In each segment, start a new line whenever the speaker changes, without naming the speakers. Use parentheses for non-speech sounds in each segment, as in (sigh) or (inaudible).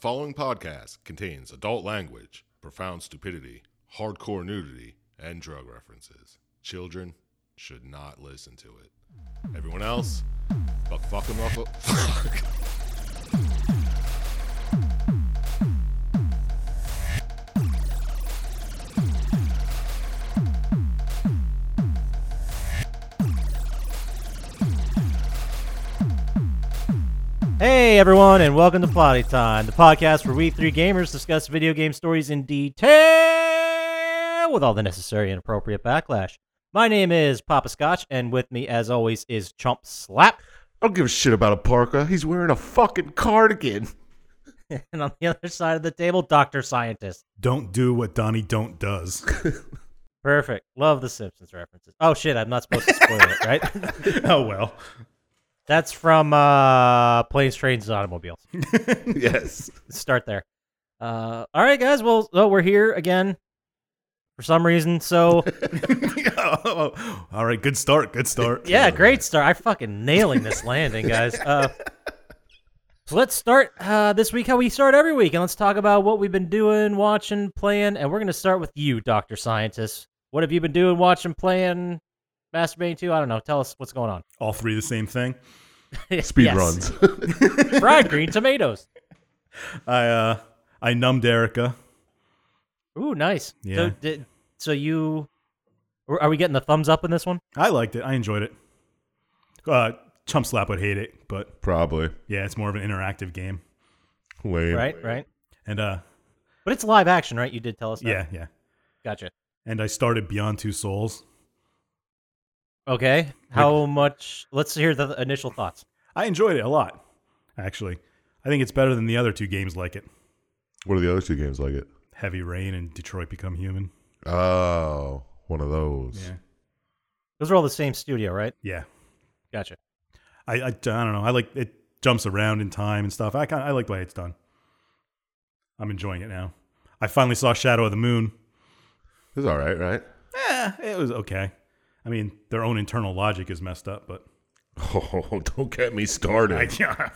following podcast contains adult language, profound stupidity, hardcore nudity, and drug references. Children should not listen to it. Everyone else, fuck fucking ruffle.
Hey everyone, and welcome to Plotty Time, the podcast where we three gamers discuss video game stories in detail with all the necessary and appropriate backlash. My name is Papa Scotch, and with me, as always, is Chump Slap. (laughs)
I don't give a shit about a parka. He's wearing a fucking cardigan.
And on the other side of the table, Doctor Scientist.
Don't do what Donnie Don't does.
Perfect. Love the Simpsons references. Oh shit, I'm not supposed to spoil it, right? (laughs)
(laughs) oh well.
That's from uh, Planes, Trains, and Automobiles.
(laughs) yes.
start there. Uh, all right, guys. Well, oh, we're here again for some reason. So
(laughs) All right, good start. Good start.
yeah, great start. I'm fucking nailing this landing, guys. Uh, so let's start uh, this week how we start every week, and let's talk about what we've been doing, watching, playing, and we're gonna start with you, Doctor Scientist. What have you been doing, watching, playing, masturbating to? I don't know. Tell us what's going on.
All three the same thing.
Speed
Yes.
runs.
(laughs) fried green tomatoes.
I uh I numbed Erica.
Ooh, nice. So,
Yeah.
did, so you are we getting the thumbs up in this one?
I liked it. I enjoyed it. Uh Chump Slap would hate it,
(laughs)
but
Probably.
yeah, it's more of an interactive game.
Lame.
Right, right.
And uh
But it's live action, right? You did tell us. That.
yeah, yeah.
Gotcha.
And I started Beyond Two Souls.
Okay. How much? Let's hear the initial thoughts.
I enjoyed it a lot, actually. I think it's better than the other two games like it.
What are the other two games like it?
Heavy Rain and Detroit Become Human.
Oh, one of those.
Yeah.
Those are all the same studio, right?
Yeah.
Gotcha.
I, I, I don't know. I like it jumps around in time and stuff. I kind I like the way it's done. I'm enjoying it now. I finally saw Shadow of the Moon.
It's all right, right? (laughs)
Eh, it was okay. I mean, their own internal logic is messed up, but
Oh, don't get me
I, (laughs)
started.
yeah.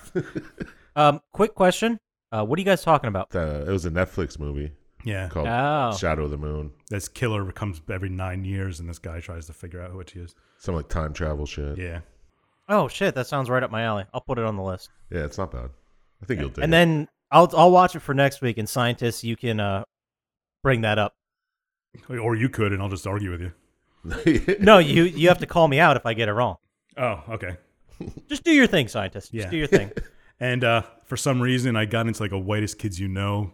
Um, quick question. Uh, what are you guys talking about?
Uh, it was a Netflix movie
yeah.
called
Oh.
Shadow of the Moon.
This killer comes every nine years, and this guy tries to figure out who it is.
Some like time travel shit. Yeah,
Yeah,
Oh shit, that sounds right up my alley. I'll put it on the list.
it's not bad. I think you'll dig
and
it.
then I'll I'll watch it for next week. And scientists, you can uh bring that up.
or you could, and I'll just argue with you.
No, you you have to call me out if I get it wrong.
Oh, okay.
Just do your thing, scientist.
Yeah.
Just do your thing.
And uh, for some reason, I got into like a whitest kids you know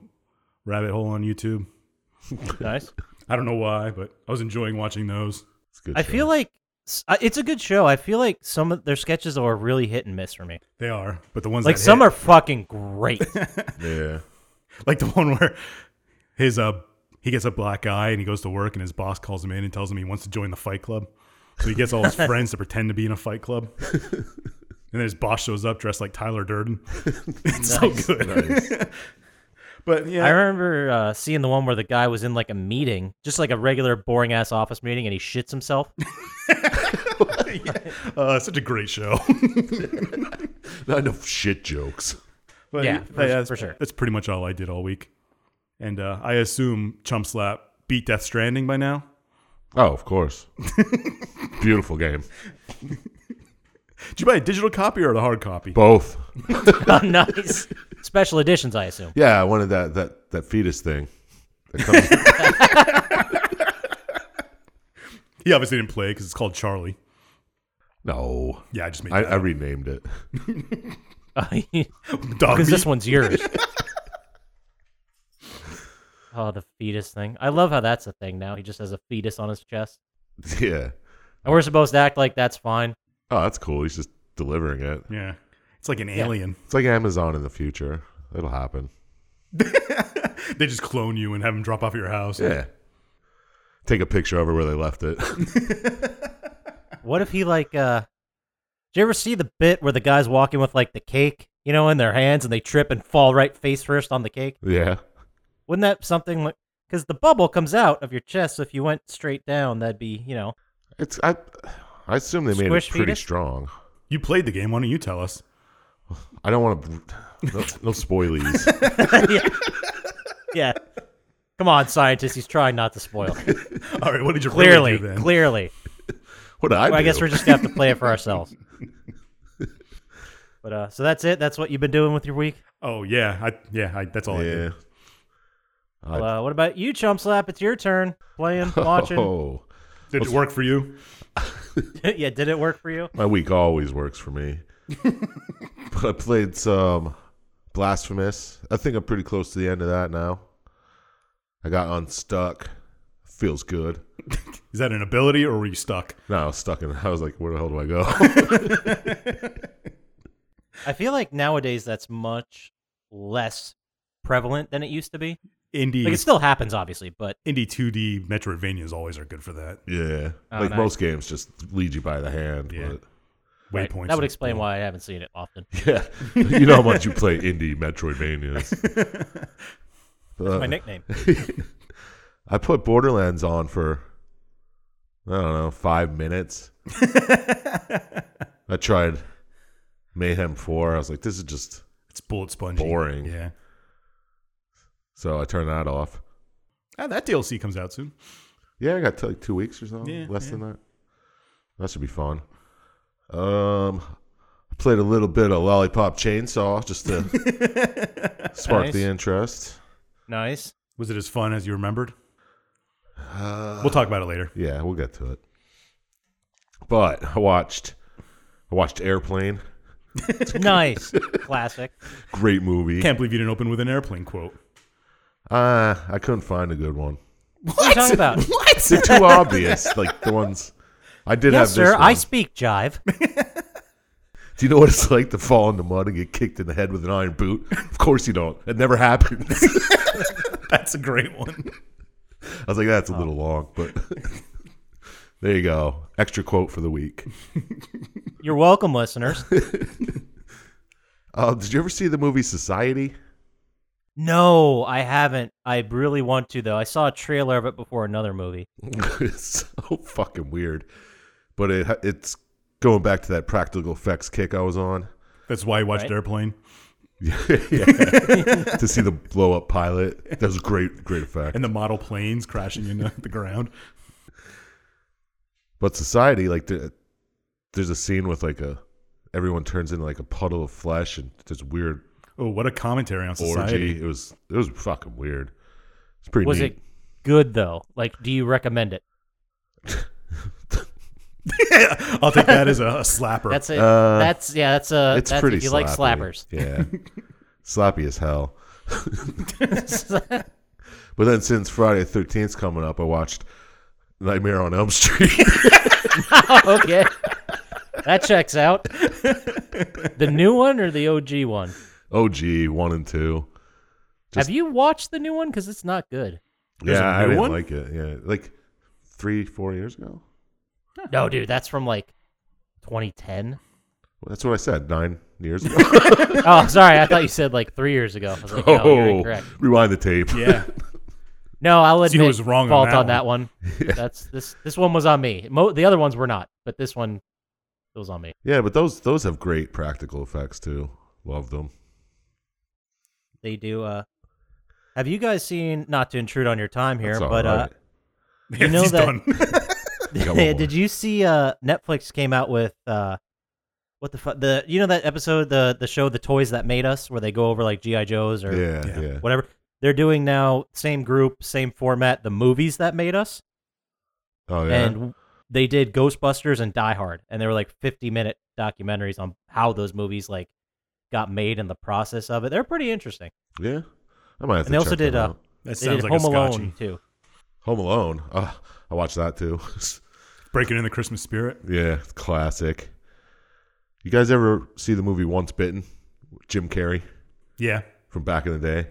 rabbit hole on YouTube. (laughs)
nice.
I don't know why, but I was enjoying watching those.
(laughs) it's a good
I
show.
feel like s- I- it's a good show. I feel like some of their sketches are really hit and miss for me.
They are, but the ones
Like
that
some
hit-
are fucking
(laughs)
great.
Yeah.
like the one (laughs) where his uh he gets a black eye and he goes to work and his boss calls him in and tells him he wants to join the fight club. So he
(laughs)
gets all his friends to pretend to be in a fight club. And then his boss shows up dressed like Tyler Durden. (laughs) It's so good. (laughs) but yeah,
I remember uh, seeing the one where the guy was in like a meeting, just like a regular boring ass office meeting, and he shits himself.
uh, such a great show. (laughs)
Not enough shit jokes.
but
Yeah, for-
that's-
for sure.
That's pretty much all I did all week. And uh, I assume Chump Slap beat Death Stranding by now.
Oh, of course. (laughs) Beautiful game.
Did you buy a digital copy or the hard copy?
Both.
(laughs) nice. Special editions, I assume. (laughs)
Yeah, I wanted that that that fetus thing. That
(laughs)
comes-
He obviously didn't play because it's called Charlie.
no,
Yeah, I just made
I,
that.
I renamed it. (laughs)
Because
Dog meat.
this one's yours. (laughs) oh, the fetus thing. I love how that's a thing now. He just has a fetus on his chest.
Yeah.
And we're supposed to act like that's fine.
Oh, that's cool. He's just delivering it.
Yeah. It's like an alien.
It's like Amazon in the future. It'll happen.
They just clone you and have them drop off at your house.
Yeah. Take a picture of her where they left it. (laughs)
What if he like uh Did you ever see the bit where the guy's walking with like the cake, you know, in their hands and they trip and fall right face first on the cake?
yeah.
Wouldn't that something like because the bubble comes out of your chest, so if you went straight down, that'd be, you know,
It's I. I assume they made
Squish
it pretty
fetus?
strong.
You played the game. Why don't you tell us?
I don't want to. No, no
(laughs)
spoilies.
yeah. yeah. Come on, scientist. He's trying not to spoil.
(laughs) All right, what did you
Clearly,
really do then?
clearly.
What I
Well, I guess
do?
we're just gonna have to play it for ourselves. But uh, so that's it. That's what you've been doing with your week.
oh yeah, I, yeah, I, that's all I
yeah.
did.
Well, uh, what about you, Chump Slap? It's your turn.
(laughs)
Playing, watching.
Oh,
Did it work for you?
(laughs) yeah, did it work for you?
my week always works for
(laughs)
me. but I played some Blasphemous. I think I'm pretty close to the end of that now. I got unstuck. Feels good.
Is that an ability or were you stuck?
No, I was stuck in. I was like, where the hell do
(laughs)
I go?
I feel like nowadays that's much less prevalent than it used to be.
Indie
Like it still happens, obviously, but
indie 2D Metroidvanias always are good for that.
yeah,
Oh,
like
nice.
most games, just lead you by the hand.
Yeah.
But (laughs)
right,
Waypoints.
that would
are
explain
cool.
why I haven't seen it often.
Yeah, you know how much you play indie Metroidvanias.
(laughs)
But (laughs)
My nickname.
I put Borderlands on for I don't know five
(laughs)
minutes. I tried Mayhem Four. I was like, this is just
it's bullet sponge.
boring.
Yeah.
So I turned that off.
Ah, that DLC comes out soon.
Yeah, I got to like two weeks or something.
Yeah,
Less
yeah.
than that. That should be fun. Um, I played a little bit of Lollipop Chainsaw just
(laughs)
to spark
Nice.
the interest.
Nice.
Was it as fun as you remembered? we'll talk about it later.
Yeah, we'll get to it. But I watched I watched Airplane.
nice. Classic.
Great movie.
Can't believe you didn't open with an airplane quote.
Uh, I couldn't find a good one.
What are you
(laughs)
talking about?
(laughs) What?
They're
(laughs)
too obvious. Like the ones I did
yes,
have this
sir. I
one.
speak jive.
Do you know what it's like to fall in the mud and get kicked in the head with an iron boot? Of course you don't. It never happens. (laughs)
That's a great one.
I was like, that's a little long, but (laughs) there you go. Extra quote for the week.
You're welcome, listeners.
Uh, did you ever see the movie Society? (laughs)
No, I haven't. I really want to though. I saw a trailer of it before another movie.
it's so fucking weird. But it it's going back to that practical effects kick I was on. (laughs)
That's why you watched
Right.
Airplane.
to see the blow up pilot. That was a great, great effect.
And the model planes crashing into (laughs) the ground.
But society, like, there, there's a scene with like a everyone turns into like a puddle of flesh and this weird
Oh, what a commentary on society. (laughs)
orgy. It was it was fucking weird. It's pretty
Was
neat.
it good though? Like, do you recommend it?
I'll take that as a, a slapper.
That's it.
Uh,
that's yeah. That's a.
it's
that's,
pretty.
If you like
slappy.
slappers,
Yeah, (laughs) slappy as hell. But then since Friday the 13th's coming up, I watched Nightmare on Elm (laughs) Street.
(laughs) okay, that checks out. The new one or the OG one?
OG one and two. Just-
Have you watched the new one? Because it's not good.
There's
yeah,
a
I
new
didn't
one?
like it. Yeah, like three, four years ago.
No, dude, that's from like 2010.
Well, that's what I said. Nine
(laughs)
years ago.
Oh, sorry, I thought you said like three years ago. I was like, no, you're
Oh.
incorrect.
(laughs) rewind the tape.
(laughs) yeah.
No, I'll
See
admit
who was wrong on
fault
that
on that one.
(laughs)
That's this. This one was on me. Mo- the other ones were not, but this one, it was on me.
Yeah, but those those have great practical effects too. Love them.
They do. uh Have you guys seen? Not to intrude on your time here,
That's all
but uh
right.
(laughs) (laughs) You know
He's
that- (laughs)
done.
Come
Yeah,
on.
did you see uh Netflix came out with uh what the fuck the you know that episode the the show The Toys That Made Us where they go over like GI Joes or
yeah,
Yeah.
yeah,
whatever. They're doing now same group, same format, the movies that made us
Oh yeah.
and they did Ghostbusters and Die Hard and they were like 50 minute documentaries on how those movies like got made and the process of it. They're pretty interesting.
yeah. I might have to
and they also
check
did,
that
uh,
out.
That
They
sounds
did
like
Home
a
Alone
scotchy.
too.
Home Alone. Uh, I watched that too. (laughs)
Breaking in the Christmas spirit.
yeah, it's classic. You guys ever see the movie Once Bitten? with Jim Carrey
Yeah.
from back in the day.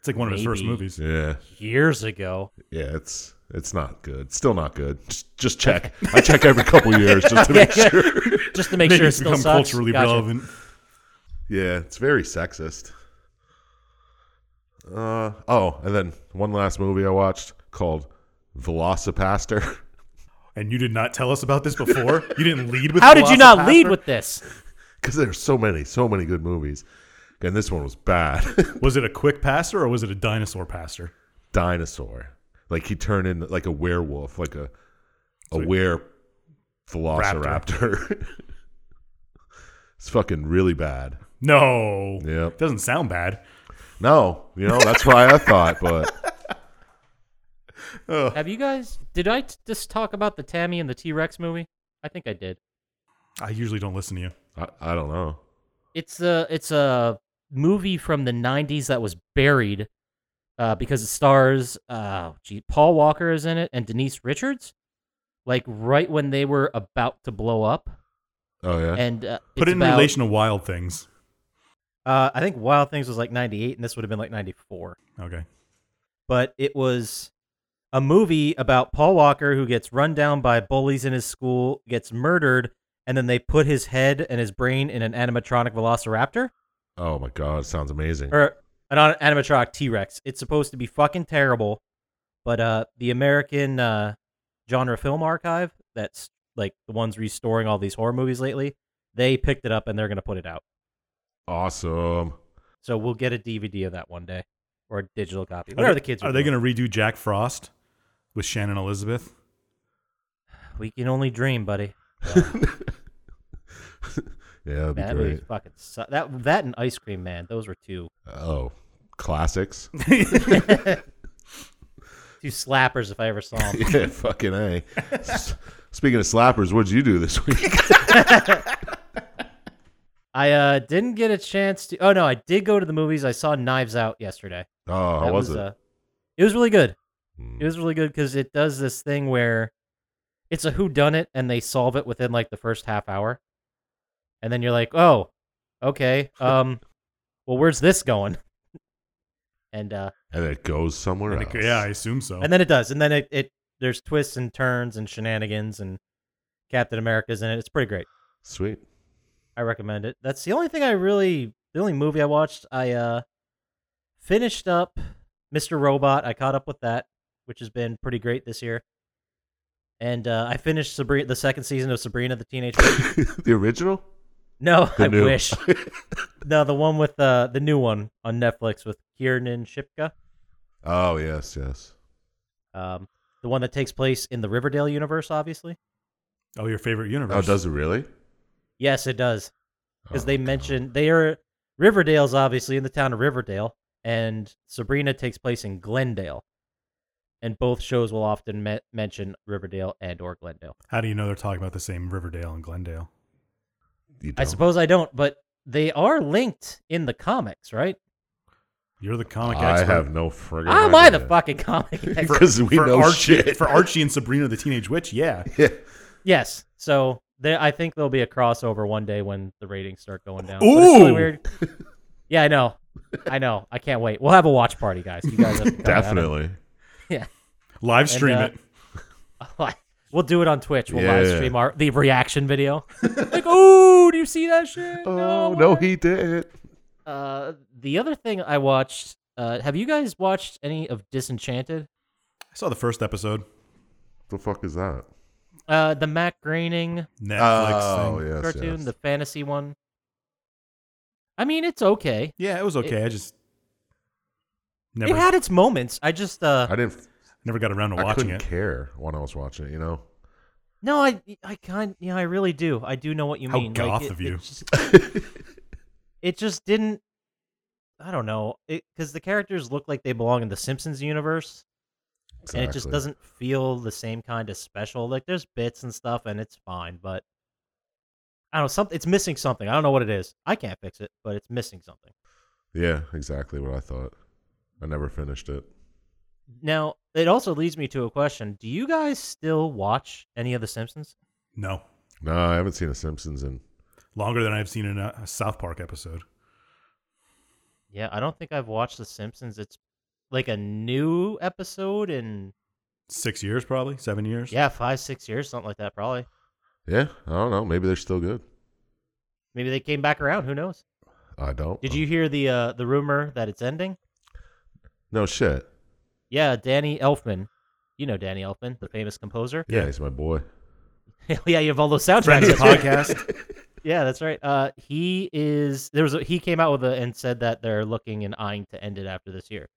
It's like one of his first
Maybe.
movies.
Yeah,
Years ago.
yeah. It's it's not good. Still not good. Just, just
(laughs)
check. I check every couple years just to make sure.
Just
(laughs)
to make
Make
sure
it
it still
become
sucks.
culturally
Gotcha.
relevant.
Yeah, it's very sexist. Uh oh, and then one last movie I watched called Velocipaster. (laughs)
(laughs)
And you did not tell us about this before. you didn't lead with.
How did you not
Velocipaster?
lead with this?
because there's so many, so many good movies. And this one was bad. (laughs)
Was it a quick passer or was it a dinosaur passer?
Dinosaur, like he turned in like a werewolf, like a a were velociraptor. (laughs) it's fucking really bad.
No.
Yep.
Doesn't sound bad.
No, you know that's why I thought, but
Have you guys? Did I t- just talk about the Tammy and the T Rex movie? I think I did.
I usually don't listen to you.
I, I don't know.
It's a it's a movie from the '90s that was buried uh, because it stars uh, gee, Paul Walker is in it and Denise Richards. Like right when they were about to blow up,
Oh yeah,
and uh,
Put
it's
it in
about-
relation to Wild Things.
Uh, I think Wild Things was like '98, and this would have been like '94.
Okay.
but it was a movie about Paul Walker who gets run down by bullies in his school, gets murdered, and then they put his head and his brain in an animatronic velociraptor
oh my god, sounds amazing.
or an on- animatronic T Rex. It's supposed to be fucking terrible, but uh, the American uh, genre film archive, that's like the ones restoring all these horror movies lately, they picked it up and they're gonna put it out.
Awesome.
So we'll get a DVD of that one day or a digital copy. Whatever the kids
Are they
doing.
going to redo Jack Frost with Shannon Elizabeth?
We can only dream, buddy.
Yeah, that'd be
That
great.
movie fucking su- that that and Ice Cream Man, those were two
Oh, classics. (laughs)
two slappers if I ever
(laughs)
saw them.
yeah, fucking a. S- Speaking of slappers, what'd you do this
(laughs)
week?
I uh, didn't get a chance to. Oh no, I did go to the movies. I saw Knives Out yesterday.
Oh, how
That
was, it?
Uh, it was really good.
Hmm.
It was really good because it does this thing where it's a who done it and they solve it within like the first half hour, and then you're like, oh, okay, um, well, where's this going? (laughs) And uh,
and it goes somewhere
And it-
else.
yeah, I assume so.
And then it does. And then it, it there's twists and turns and shenanigans and Captain America's in it. It's pretty great.
Sweet. (laughs)
I recommend it. That's the only thing I really the only movie I watched. I uh finished up Mr. Robot. I caught up with that, which has been pretty great this year. And uh, I finished Sabrina, the second season of Sabrina the
(coughs)
Teenage. Witch.
the original?
No,
The
I
new. (laughs)
wish. No, the one with uh, the new one on Netflix with Kiernan Shipka,
Oh, yes, yes.
um, the one that takes place in the Riverdale universe, obviously.
oh, your favorite universe.
Oh, does it really?
Yes, it does. Because
Oh,
they
God.
mention they are Riverdale's obviously in the town of Riverdale, and Sabrina takes place in Glendale. And both shows will often me- mention Riverdale and or Glendale.
How do you know they're talking about the same Riverdale and Glendale?
You
I
don't?
suppose I don't, but they are linked in the comics, right?
You're the comic
I
expert.
have no friggin'
How am I Ah, the
idea. (laughs)
fucking comic? (laughs) expert?
Because (laughs) we
for
know
Archie,
shit.
For Archie and Sabrina the Teenage Witch, (laughs) yeah.
yeah.
yes. So there, I think there'll be a crossover one day when the ratings start going down. But it's really
Ooh!
weird. Yeah, I know. I know. I can't wait. We'll have a watch party, guys. You
(laughs)
guys have to come down.
Definitely.
Live
And,
stream
uh,
it.
(laughs) We'll do it on Twitch. We'll live
Yeah.
stream our the reaction video. like, oh, do you see that shit?
Oh,
I'm
no,
alright."
he did.
Uh, the other thing I watched. Uh, have you guys watched any of Disenchanted?
I saw the first episode.
The fuck is that?
Uh, the Matt Groening
Netflix
oh,
thing.
yes,
cartoon,
yes.
the fantasy one. I mean, it's okay.
Yeah. it was okay. I just never
It had its moments. I just uh,
I didn't.
never got around to
I
watching
couldn't
it.
care when I was watching it. You know.
no, I I kind yeah, I really do. I do know what you
How
mean.
goth
it-
of
it
you.
just- it just didn't i don't know because the characters look like they belong in the simpsons universe and it just
Exactly.
doesn't feel the same kind of special like there's bits and stuff and it's fine but i don't know something it's missing something i don't know what it is i can't fix it but it's missing something
Yeah, exactly what I thought. I never finished it.
now it also leads me to a question do you guys still watch any of the simpsons
No,
No, I haven't seen a Simpsons in.
longer than I've seen in a a South Park episode.
yeah i don't think i've watched the simpsons it's like a new episode in
Six years, probably seven years.
yeah five six years something like that probably
Yeah, I don't know. Maybe they're still good.
maybe they came back around who knows
I don't.
Did
know.
you hear the uh, the rumor that it's ending?
No shit.
Yeah, Danny Elfman. You know Danny Elfman, the famous composer.
Yeah, he's my boy.
(laughs) yeah, you have all those soundtracks. (laughs)
Friends of the
That's right.
podcast.
yeah, that's right. Uh, he is. There was. A, he came out with a and said that they're looking and eyeing to end it after this year.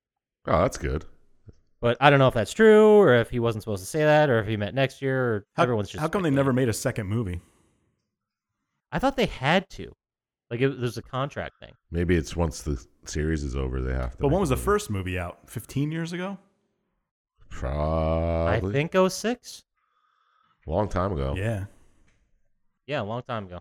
Oh, that's good.
But I don't know if that's true, or if he wasn't supposed to say that, or if he meant next year. Or
How,
everyone's just.
how come they
speculating.
never made a second movie?
I thought they had to. Like it, there's a contract thing.
Maybe it's once the series is over, they have to.
But
make
when was the
another.
first movie out? 15 years ago?
Probably.
I think 06?
Long time ago.
Yeah.
Yeah, a long time ago.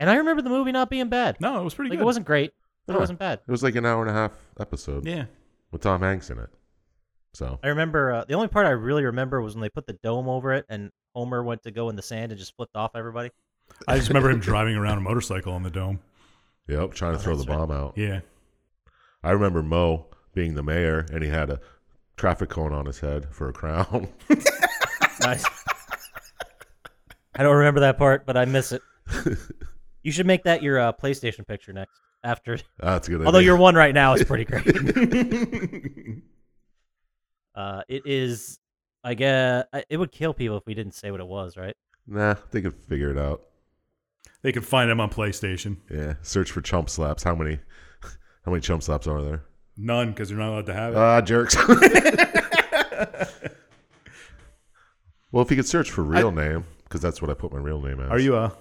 And I remember the movie not being bad.
No, it was pretty
like
good.
it wasn't great, but
Huh.
it wasn't bad.
It was like an hour and a half episode
Yeah.
with Tom Hanks in it. So
I remember uh, the only part I really remember was when they put the dome over it, and Homer went to go in the sand and just flipped off everybody.
I just
(laughs)
remember him driving around a motorcycle on the dome.
Yep, trying to
Oh,
throw the
that's right.
bomb out.
Yeah.
I remember Mo being the mayor, and he had a traffic cone on his head for a crown. (laughs)
Nice. I don't remember that part, but I miss it. you should make that your uh, PlayStation picture next. After,
That's a good.
although
idea.
your one right now is pretty great.
(laughs)
uh, it is. I guess I- it would kill people if we didn't say what it was, right? (laughs)
nah, they could figure it out.
They could find him on PlayStation.
Yeah, search for chump slaps. How many? (laughs) How many chump slaps are there?
None, because they're not allowed to have
Uh,
it.
Ah, (laughs) jerks. well, if you could search for real name, 'cause name, because that's what I put my real name as.
Are you
uh,
a.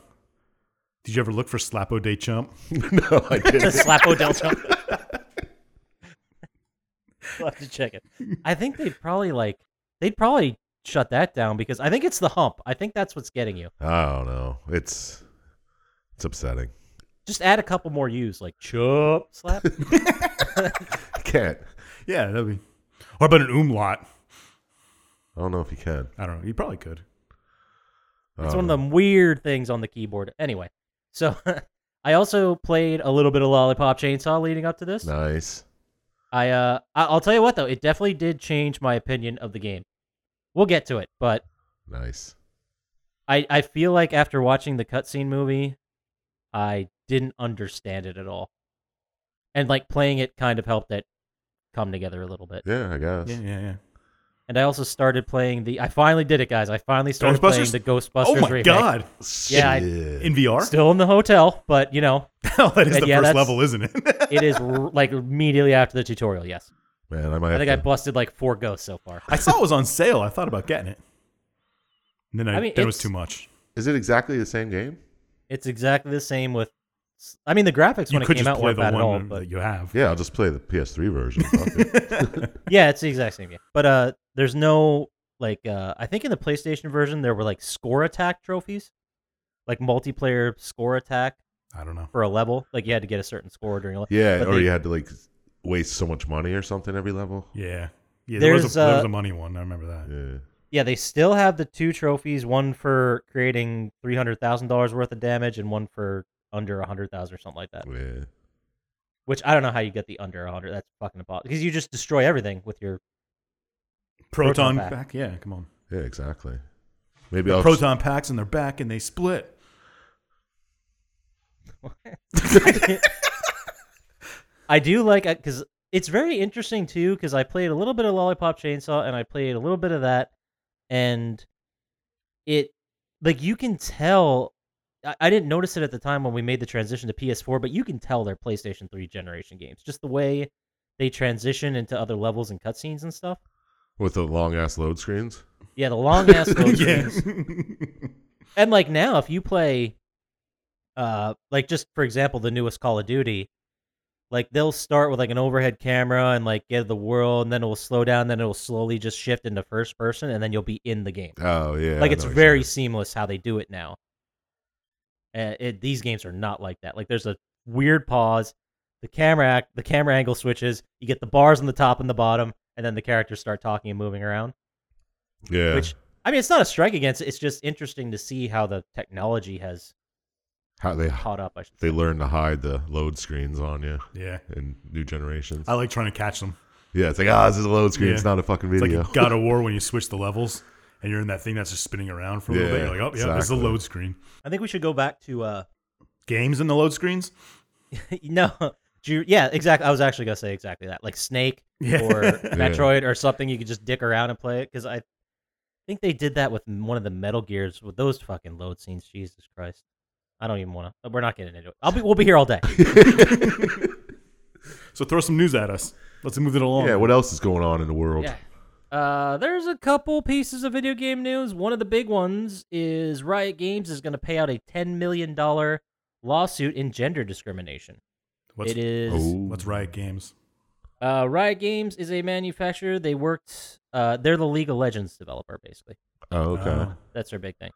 Did you ever look for Slapo Day Chump?
(laughs) no, I didn't.
Slap Odell Trump. (laughs) we'll have to check it. I think they'd probably like they'd probably shut that down because I think it's the hump. I think that's what's getting you.
(laughs) I don't know. It's it's upsetting.
Just add a couple more U's like chop slap.
I can't.
Yeah, that'd be. Or about an umlaut?
I don't know if you can. Um,
I don't know. You probably could.
It's
Oh.
one of them weird things on the keyboard. Anyway, so (laughs) I also played a little bit of Lollipop Chainsaw leading up to this.
Nice.
I uh, I- I'll tell you what though, it definitely did change my opinion of the game. We'll get to it, but
Nice.
I I feel like after watching the cutscene movie, I didn't understand it at all, and like playing it kind of helped it come together a little bit.
Yeah, I guess.
Yeah, yeah, yeah.
And I also started playing the. I finally did it, guys. I finally started playing
Ghostbusters?
the Ghostbusters.
oh my
remake.
God.
Yeah, I-
Shit.
In VR? (laughs)
Still in the hotel, but you know,
that is
And
the
yeah,
first
that's-
level, isn't it? (laughs)
it is r- like immediately after the tutorial. Yes,
Man, I might
I
have
think I
to.
busted like four ghosts so far.
I saw it was on sale. I thought about getting it. And then I,
I mean,
then it was
it's-
too much.
Is it exactly the same game?
It's exactly the same with. I mean, the graphics
You
when
could
it came
just
out
play
weren't
the
bad
one
at all,
that-
but
that you have.
Yeah, I'll just play the PS3 version. Fuck it.
yeah, it's the exact same game. But uh, there's no like uh, I think in the PlayStation version there were like score attack trophies, like multiplayer score attack
(laughs) I don't know.
for a level. Like you had to get a certain score during a level.
yeah,
But
or
they-
you had to like waste so much money or something every level.
Yeah. Yeah, there was,
There's,
a, there was
uh,
a money one. I remember that.
Yeah.
Yeah, they still have the two trophies: one for creating three hundred thousand dollars worth of damage, and one for under a hundred thousand or something like that.
Yeah.
Which I don't know how you get the under a hundred. That's fucking impossible because you just destroy everything with your. (laughs) Proton
Proton, pack.
pack.
Yeah, come on.
Yeah, exactly. Maybe
The
I'll
proton packs and they're back and
(laughs)
they split.
I do like because it's very interesting too. Because I played a little bit of Lollipop Chainsaw and I played a little bit of that, and it like you can tell. I, I didn't notice it at the time when we made the transition to PS4, but you can tell they're PlayStation 3 generation games. Just the way they transition into other levels and cutscenes and stuff.
with the long ass load screens.
Yeah, the long ass load
(laughs) yeah.
screens. And like now, if you play, uh, like just for example, the newest Call of Duty, like they'll start with like an overhead camera and like get the world, and then it will slow down, then it will slowly just shift into first person, and then you'll be in the game.
Oh yeah.
like
I
it's
know what
very
you're saying.
seamless how they do it now. Uh, it, these games are not like that. Like there's a weird pause, the camera act, the camera angle switches. You get the bars on the top and the bottom, and then the characters start talking and moving around.
yeah.
Which I mean, it's not a strike against. it, It's just interesting to see how the technology has
How they
caught up. I should
they learn to hide the load screens on you
(laughs) yeah.
in new generations.
I like trying to catch them.
Yeah, it's like ah, this is a load screen.
Yeah.
It's not a fucking
It's
video.
like God (laughs) of War when you switch the levels and you're in that thing that's just spinning around for a little
Yeah,
bit. You're like, oh, yeah, this is a
exactly.
load screen.
I think we should go back to uh (laughs)
Games in the load screens? (laughs)
no. Do you- yeah, exactly. I was actually gonna say exactly that, like Snake
Yeah.
or Metroid or something. You could just dick around and play it because I think they did that with m- one of the Metal Gears with those fucking load scenes. Jesus Christ! I don't even want to. We're not getting into it. I'll be. We'll be here all day.
(laughs) So throw some news at us. Let's move it
(laughs)
along.
Yeah, what else is going on in the world?
Yeah. Uh, there's a couple pieces of video game news. One of the big ones is Riot Games is going to pay out a $10 million lawsuit in gender discrimination.
what's,
it is.
Oh.
what's Riot Games?
Uh, Riot Games is a manufacturer. They worked. Uh, they're the League of Legends developer, basically.
Oh, okay.
Oh.
That's their big thing.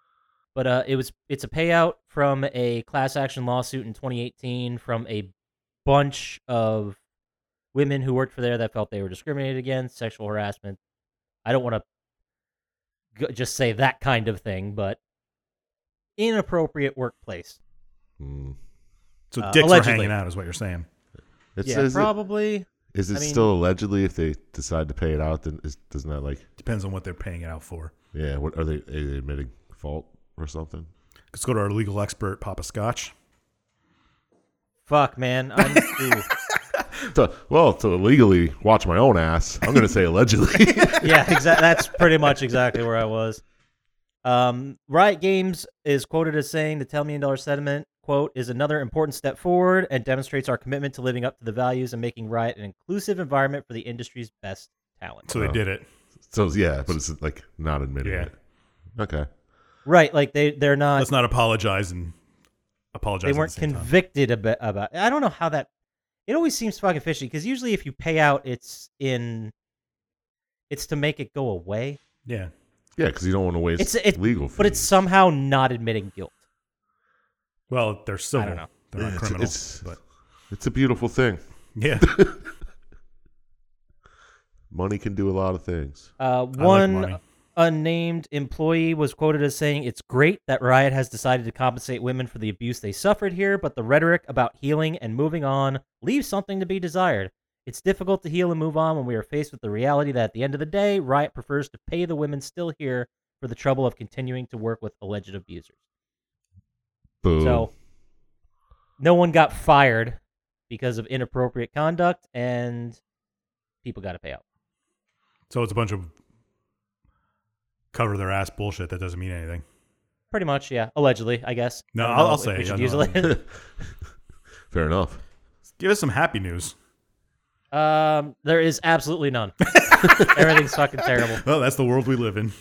But uh, it was. It's a payout from a class action lawsuit in 2018 from a bunch of women who worked for there that felt they were discriminated against, sexual harassment. I don't want to just say that kind of thing, but inappropriate workplace.
Hmm.
so
uh,
dicks
allegedly.
are hanging out, is what you're saying.
It
yeah,
says it-
probably.
Is it
I mean-
still allegedly if they decide to pay it out? Then is, doesn't that like
Depends on what they're paying it out for.
yeah? What are they, are they admitting fault or something?
Let's go to our legal expert, Papa Scotch.
Fuck, man.
(laughs)
I'm, ooh.
To, well, to legally watch my own ass, I'm gonna say
(laughs)
allegedly.
yeah, exactly. That's pretty much exactly where I was. Um, Riot Games is quoted as saying the $10 million settlement, quote, is another important step forward and demonstrates our commitment to living up to the values and making Riot an inclusive environment for the industry's best talent.
So they
Oh.
did it.
so yeah, but it's like not admitting
Yeah.
it. Okay.
Right. Like they, they're not,
Let's not apologize and apologize.
they weren't
at the same time.
convicted about, about, I don't know how that, it always seems fucking fishy because usually if you pay out, it's in, it's to make it go away,
Yeah.
Yeah, because you don't want to waste
It's- it-
legal. Fees.
but it's
Hmm.
somehow not admitting guilt.
Well, they're civil.
know.
They're
Yeah,
not
it's-
criminal.
it's- (laughs)
but
it's a beautiful thing.
yeah,
Money can do a lot of things.
Uh,
I like
one
money.
unnamed employee was quoted as saying, It's great that Riot has decided to compensate women for the abuse they suffered here, but the rhetoric about healing and moving on leaves something to be desired. It's difficult to heal and move on when we are faced with the reality that at the end of the day, Riot prefers to pay the women still here for the trouble of continuing to work with alleged abusers.
Boo.
So, no one got fired because of inappropriate conduct, and people got to pay out.
So it's a bunch of cover their ass bullshit that doesn't mean anything.
Pretty much, yeah. Allegedly, I guess.
No,
I don't
I'll-
know
I'll
if
say,
we should
yeah,
use
no.
it.
Fair enough.
Give us some happy news.
Um, there is absolutely none. Everything's fucking terrible.
Well, that's the world we live in.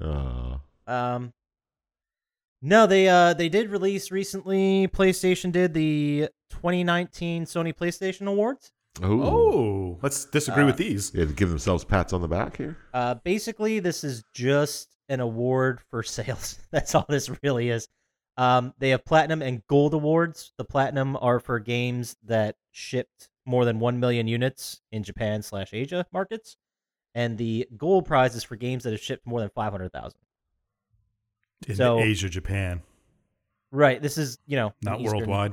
Uh,
Um, no, they uh they did release recently. PlayStation did the 2019 Sony PlayStation Awards.
oh,
Oh, let's disagree with these.
yeah, to give themselves pats on the back here.
Uh, basically, this is just an award for sales. (laughs) That's all this really is. Um, they have platinum and gold awards. The platinum are for games that shipped more than one million units in Japan slash Asia markets, and the gold prize is for games that have shipped more than five hundred thousand.
In
So-
Asia, Japan,
Right. This is, you know, an
not
Eastern-
worldwide.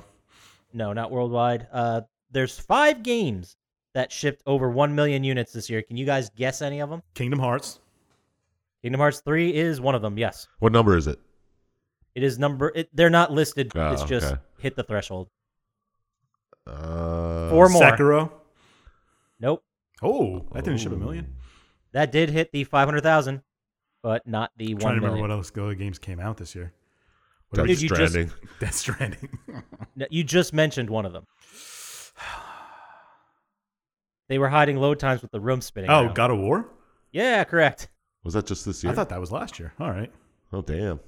No, not worldwide. Uh, there's five games that shipped over 1 million units this year. Can you guys guess any of them?
Kingdom Hearts.
Kingdom Hearts 3 is one of them. Yes.
What number is it?
It is number it, they're not listed.
Oh,
it's just
okay.
hit the threshold.
Uh,
Four more.
Sekiro.
Nope.
Oh, that didn't ship a
oh.
million.
That did hit the 500,000, but not the
trying
1
to remember
million.
what else other games came out this year. (laughs) What
Death
did
Dude, you just-
Stranding.
we- Death Stranding.
No, you just mentioned one of
(sighs)
them. They were hiding load times with the room spinning.
oh,
around.
God of War.
Yeah, correct.
Was that just this year?
I thought that was last year. All right,
oh damn.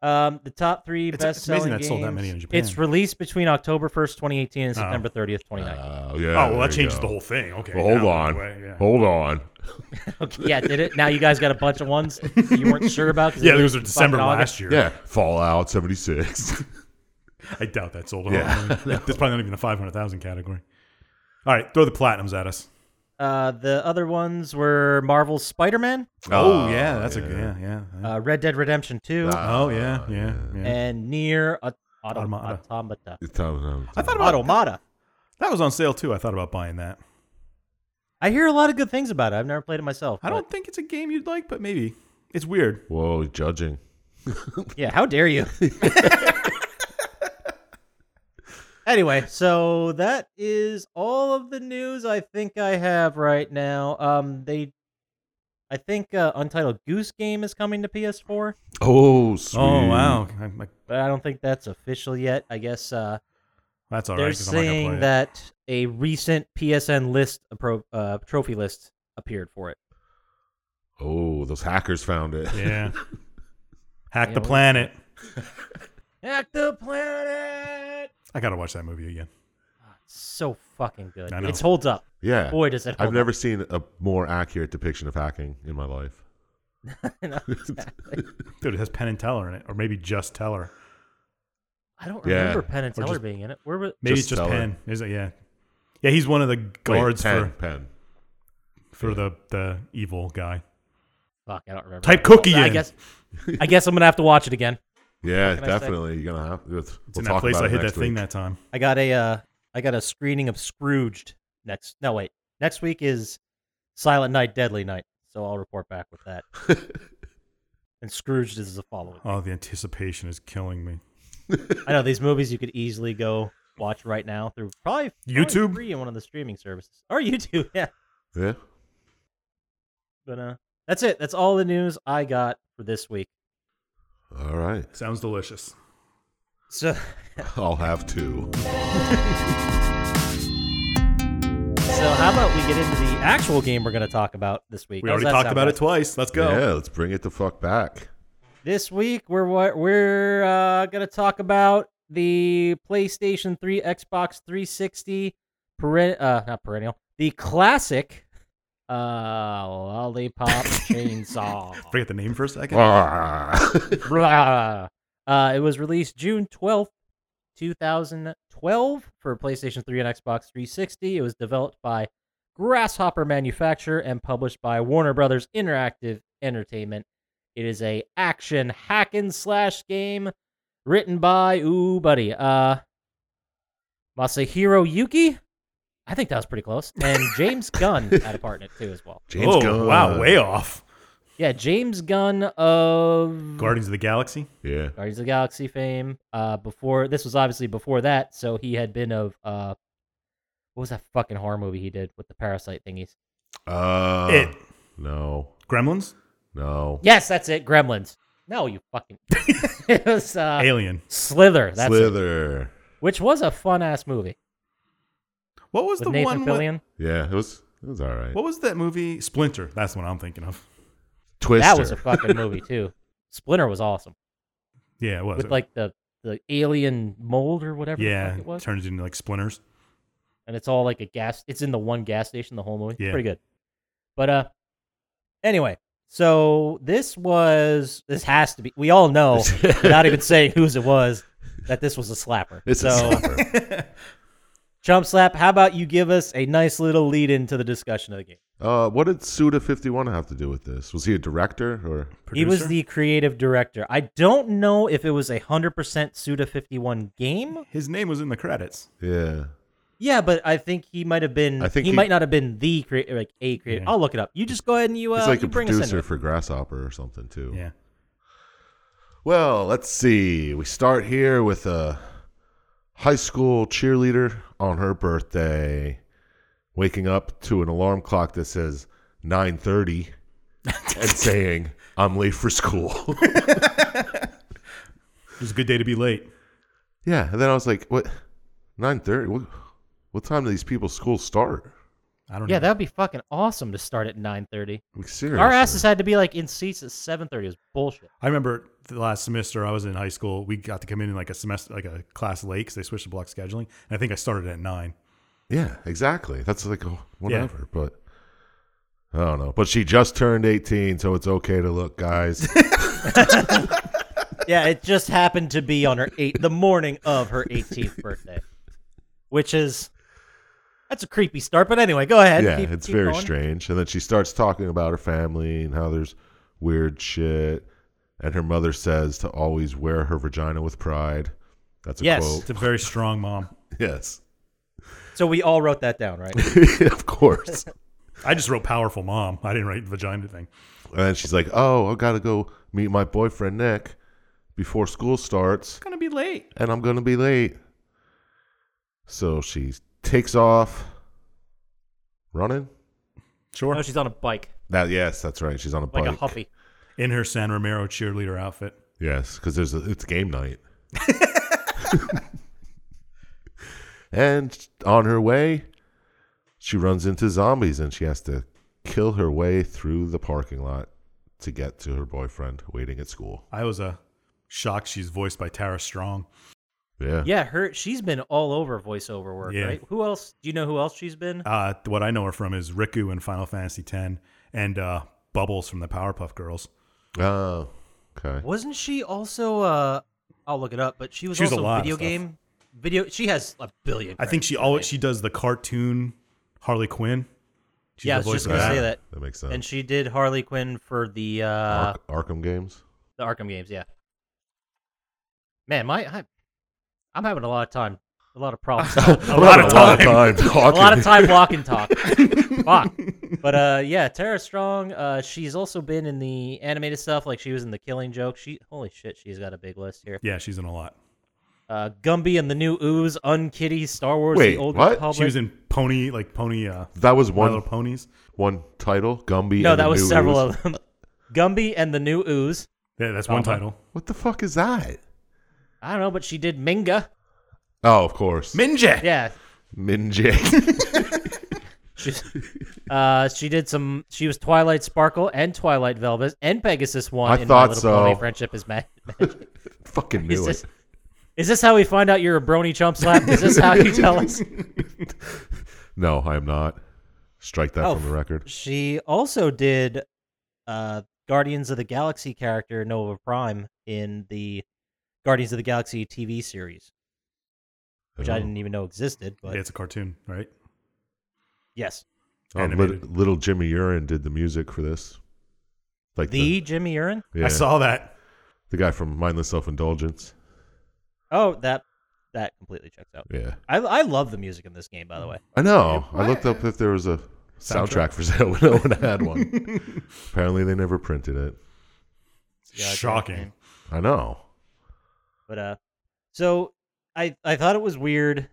Um, the top three
It's-
best
it's amazing
selling
that
games.
it sold that many in Japan.
It's released between October first, twenty eighteen, and
Oh.
September thirtieth, twenty nineteen.
Oh yeah.
oh, well, that
there you
changes
go.
the whole thing. Okay.
Well, hold
now we're
on.
way- yeah.
Hold on.
(laughs) okay, yeah, did it? Now you guys got a bunch of ones that you weren't sure about. 'cause they
Yeah, those
released
are
in
December
fucking August.
last year.
Yeah, Fallout 76. (laughs)
I doubt that sold.
Yeah.
Yeah. (laughs) That's probably not even the 500,000 category. All right, throw the platinums at us.
Uh, the other ones were Marvel's Spider Man,
Oh, yeah, that's a yeah, yeah. yeah.
uh, Red Dead Redemption Two,
Ah,
oh yeah, yeah, yeah.
and Near Auto-
Automata.
Automata.
It's time, time,
I thought about
Automata.
that was on sale too. I thought about buying that.
I hear a lot of good things about it. I've never played it myself.
I don't think it's a game you'd like, but maybe it's weird.
Whoa, judging.
but- Yeah, how dare you? (laughs) anyway, so that is all of the news I think I have right now. Um, they I think uh, Untitled Goose Game is coming to PS4,
Oh, sweet.
Oh wow, I, I,
but I don't think that's official yet. I guess uh,
that's all
they're
right, 'cause I'm not gonna play
saying
it.
that a recent PSN list, appro- uh, trophy list, appeared for it.
Oh, those hackers found it.
Yeah. Hack
Yeah,
the
what-
planet.
Hack the planet.
I gotta watch that movie again.
It's so fucking good.
I know.
It holds up.
(laughs) Yeah.
Boy, does it. Hold
I've never seen a more accurate depiction of hacking in my life.
(laughs)
(laughs)
up. I know, exactly.
Dude, it has Penn and Teller in it, or maybe just Teller.
I don't
Yeah.
remember Penn and
Or
Teller
just-
being in it. Where was?
Maybe
Just
it's just
Teller.
Penn. Is it? Yeah, yeah. He's one of the guards
Wait, pen,
for
pen.
for the the evil guy.
Fuck, I don't remember.
Type
Well,
cookie
I
in.
guess. I guess I'm gonna have to watch it again.
Yeah,
What can I say?
definitely. You're gonna have. We'll
It's in
talk
that place
about
I
it
hid that
next
thing
week.
that time.
I got a. Uh, I got a screening of Scrooged next. No wait, next week is Silent Night, Deadly Night. So I'll report back with that. and Scrooged is the following.
Oh, the anticipation is killing me.
I know these movies you could easily go watch right now through probably probably
YouTube?
free in one of the streaming services or YouTube. (laughs) Yeah,
(laughs) Yeah.
but uh, that's it. That's all the news I got for this week.
All
(laughs)
right.
Sounds delicious.
So.
I'll have two.
So how about we get into the actual game we're going to talk about this week?
We
How's
already
that
talked
sound,
about it
guys?
twice. Let's go.
Yeah, let's bring it the fuck back.
this week. We're wa- we're uh, going to talk about the PlayStation 3, Xbox 360, peren- uh, not perennial, the classic uh, lollipop chainsaw.
Forget the name for a second.
Ah. (laughs)
Blah. Uh, it was released June 12th, 2012 for PlayStation 3 and Xbox 360. It was developed by Grasshopper Manufacture and published by Warner Brothers Interactive Entertainment. It is a action hack and slash game written by ooh buddy, uh Masahiro Yuki. I think that was pretty close. And James Gunn had a part in it too as well.
James
oh
Gunn.
wow, way off.
Yeah, James Gunn of
Guardians of the Galaxy.
Yeah.
Guardians of the Galaxy fame. Uh, before this was obviously before that, so he had been of uh, what was that fucking horror movie he did with the parasite thingies?
Uh,
it.
No.
Gremlins.
No.
Yes, that's it. Gremlins. No, you
(laughs)
fucking. (laughs) it was uh,
Alien.
Slither. That's it,
Slither.
which was a fun ass movie
What was
with
the
Nathan
one? With,
Fillion.
Yeah, it was. It was all right.
what was that movie? Splinter. That's what I'm thinking of.
Twister.
That
(laughs)
was a fucking movie too.
(laughs)
Splinter was awesome
Yeah, it was.
with like the the alien mold or whatever. the
yeah,
fuck it was.
turns into like splinters.
and it's all like a gas. It's in the one gas station the whole movie.
Yeah.
Pretty good. But uh, anyway, so this was this has to be. We all know,
(laughs)
without oh, even saying whose it was, that this was a slapper.
It's
so
a slapper.
chump slap. How about you give us a nice little lead into the discussion of the game?
uh, what did Suda Fifty One have to do with this? Was he a director or?
He was
Producer?
the creative director. I don't know if it was a hundred percent Suda Fifty One game.
His name was in the credits.
Yeah.
Yeah, but I think he might have been.
I think
he,
he-
might not have been the creator, like a creator.
Yeah.
I'll look it up. You just go ahead and you. Uh,
He's like
you
a
bring us into
producer
it.
for Grasshopper or something too.
Yeah.
Well, let's see. We start here with a high school cheerleader on her birthday, waking up to an alarm clock that says
(laughs)
9:30 and saying, "I'm late for school."
It was a good day to be late.
yeah, and then I was like, "What? 9:30? What, what time do these people's school start?"
I don't
Yeah,
know.
that would be fucking awesome to start at 9:30.
Like seriously.
Our asses had to be like in seats at 7:30. It was bullshit.
I remember the last semester I was in high school, we got to come in, in like a semester, like a class late because they switched to block scheduling. And I think I started at nine.
Yeah, exactly. That's like oh, whatever, but I don't know. But she just turned 18, so it's okay to look,
(laughs)
guys.
Yeah, it just happened to be on her eight, the morning of her 18th birthday, which is that's a creepy start. But anyway, go ahead.
yeah,
Keep-
it's
keep
very
going.
strange. And then she starts talking about her family and how there's weird shit. And her mother says to always wear her vagina with pride. That's a
Yes.
It's
(laughs)
quote.
a very strong mom.
Yes. (laughs)
So we all wrote that down, right?
of course.
I just wrote powerful mom. I didn't write vagina thing.
and then she's like, Oh, I gotta go meet my boyfriend Nick before school starts.
Gonna be late.
and I'm going to be late. So she takes off running.
Sure.
no, Oh, she's on a bike.
That yes, that's right. She's on a
like
bike.
a huffy.
in her San Romero cheerleader outfit.
Yes, because there's a, it's game night. and on her way, she runs into zombies and she has to kill her way through the parking lot to get to her boyfriend waiting at school.
I was uh, shocked she's voiced by Tara Strong.
Yeah.
Yeah, her she's been all over voiceover work,
Yeah.
right? Who else? Do you know who else she's been?
Uh, what I know her from is Riku in Final Fantasy X and uh, Bubbles from the Powerpuff Girls.
Oh, okay.
Wasn't she also? uh I'll look it up, but she was
She was a
also
lot of
video
stuff.
game. Video. She has a billion.
I think
credits,
she
right?
always she does the cartoon Harley Quinn. She's
Yeah, I
the
was just
voice
gonna
of
say
Ah,
that.
That makes sense.
And she did Harley Quinn for the uh
Ark- Arkham games.
the Arkham games. Yeah. Man, my I, I'm having a lot of time, a lot of
(laughs)
problems.
a
lot of
A lot of time.
(laughs) a
talking.
lot of time walk
(laughs)
and talk. Fuck. But uh, yeah, Tara Strong. Uh, she's also been in the animated stuff, like she was in the Killing Joke. She holy shit, she's got a big list here.
Yeah, she's in a lot.
Uh, Gumby and the New Ooze, Unkitty, Star Wars,
Wait,
The Old
what?
Republic.
She was in Pony, like Pony, uh,
That was
My
one
Little Ponies.
one title. Gumby.
no,
and
that
the
was
New
several
Ooze.
of them. Gumby and the New Ooze.
Yeah, that's one
Dama.
title.
What the fuck is that?
I don't know, but she did Minga.
Oh, of course.
Minja.
Yeah, (laughs)
Minjay.
She's, uh, she did some. She was Twilight Sparkle and Twilight Velvet and Pegasus One.
I
in
thought
My Little
so.
Pony Friendship is mad.
(laughs) Fucking
Is
knew it.
this, is this how we find out you're a brony chump slap? Is
(laughs)
this how you tell us?
No, I am not. Strike that
Oh,
from the record.
She also did uh, Guardians of the Galaxy character Nova Prime in the Guardians of the Galaxy TV series, which I
Oh.
didn't even know existed. But
Yeah, it's a cartoon, right?
yes,
Oh, lit-
animated.
little Jimmy Urine did the music for this. Like
the Jimmy Urine.
yeah,
I saw
(laughs)
that.
the guy from Mindless Self Indulgence.
Oh, that that completely checks out.
Yeah,
I I love the music in this game, by the way.
I know. I looked up if there was a soundtrack, for sale, but no one had
(laughs)
one. Apparently, they never printed it.
Yeah, it's a great game.
Shocking.
I know.
But uh so I I thought it was weird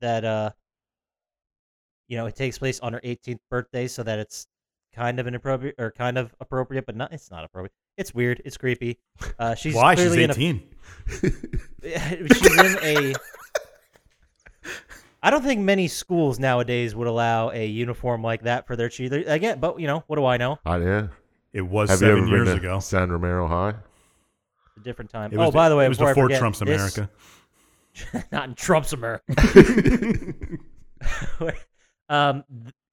that uh you know it takes place on her 18th birthday so that it's kind of inappropriate or kind of appropriate but not it's not appropriate. It's weird, it's creepy. Uh she's
Why? She's
clearly in a
18.
(laughs) she's in a I don't think many schools nowadays would allow a uniform like that for their cheerleader. I get, but you know, what do I know?
I yeah.
It was
Have you ever
seven years
been to
ago.
San Romero High? (laughs)
It's a different time.
It
oh,
was
by the way,
it was
before I
before
forget,
Trump's
this-
America.
(laughs) not in Trump's America. (laughs) um,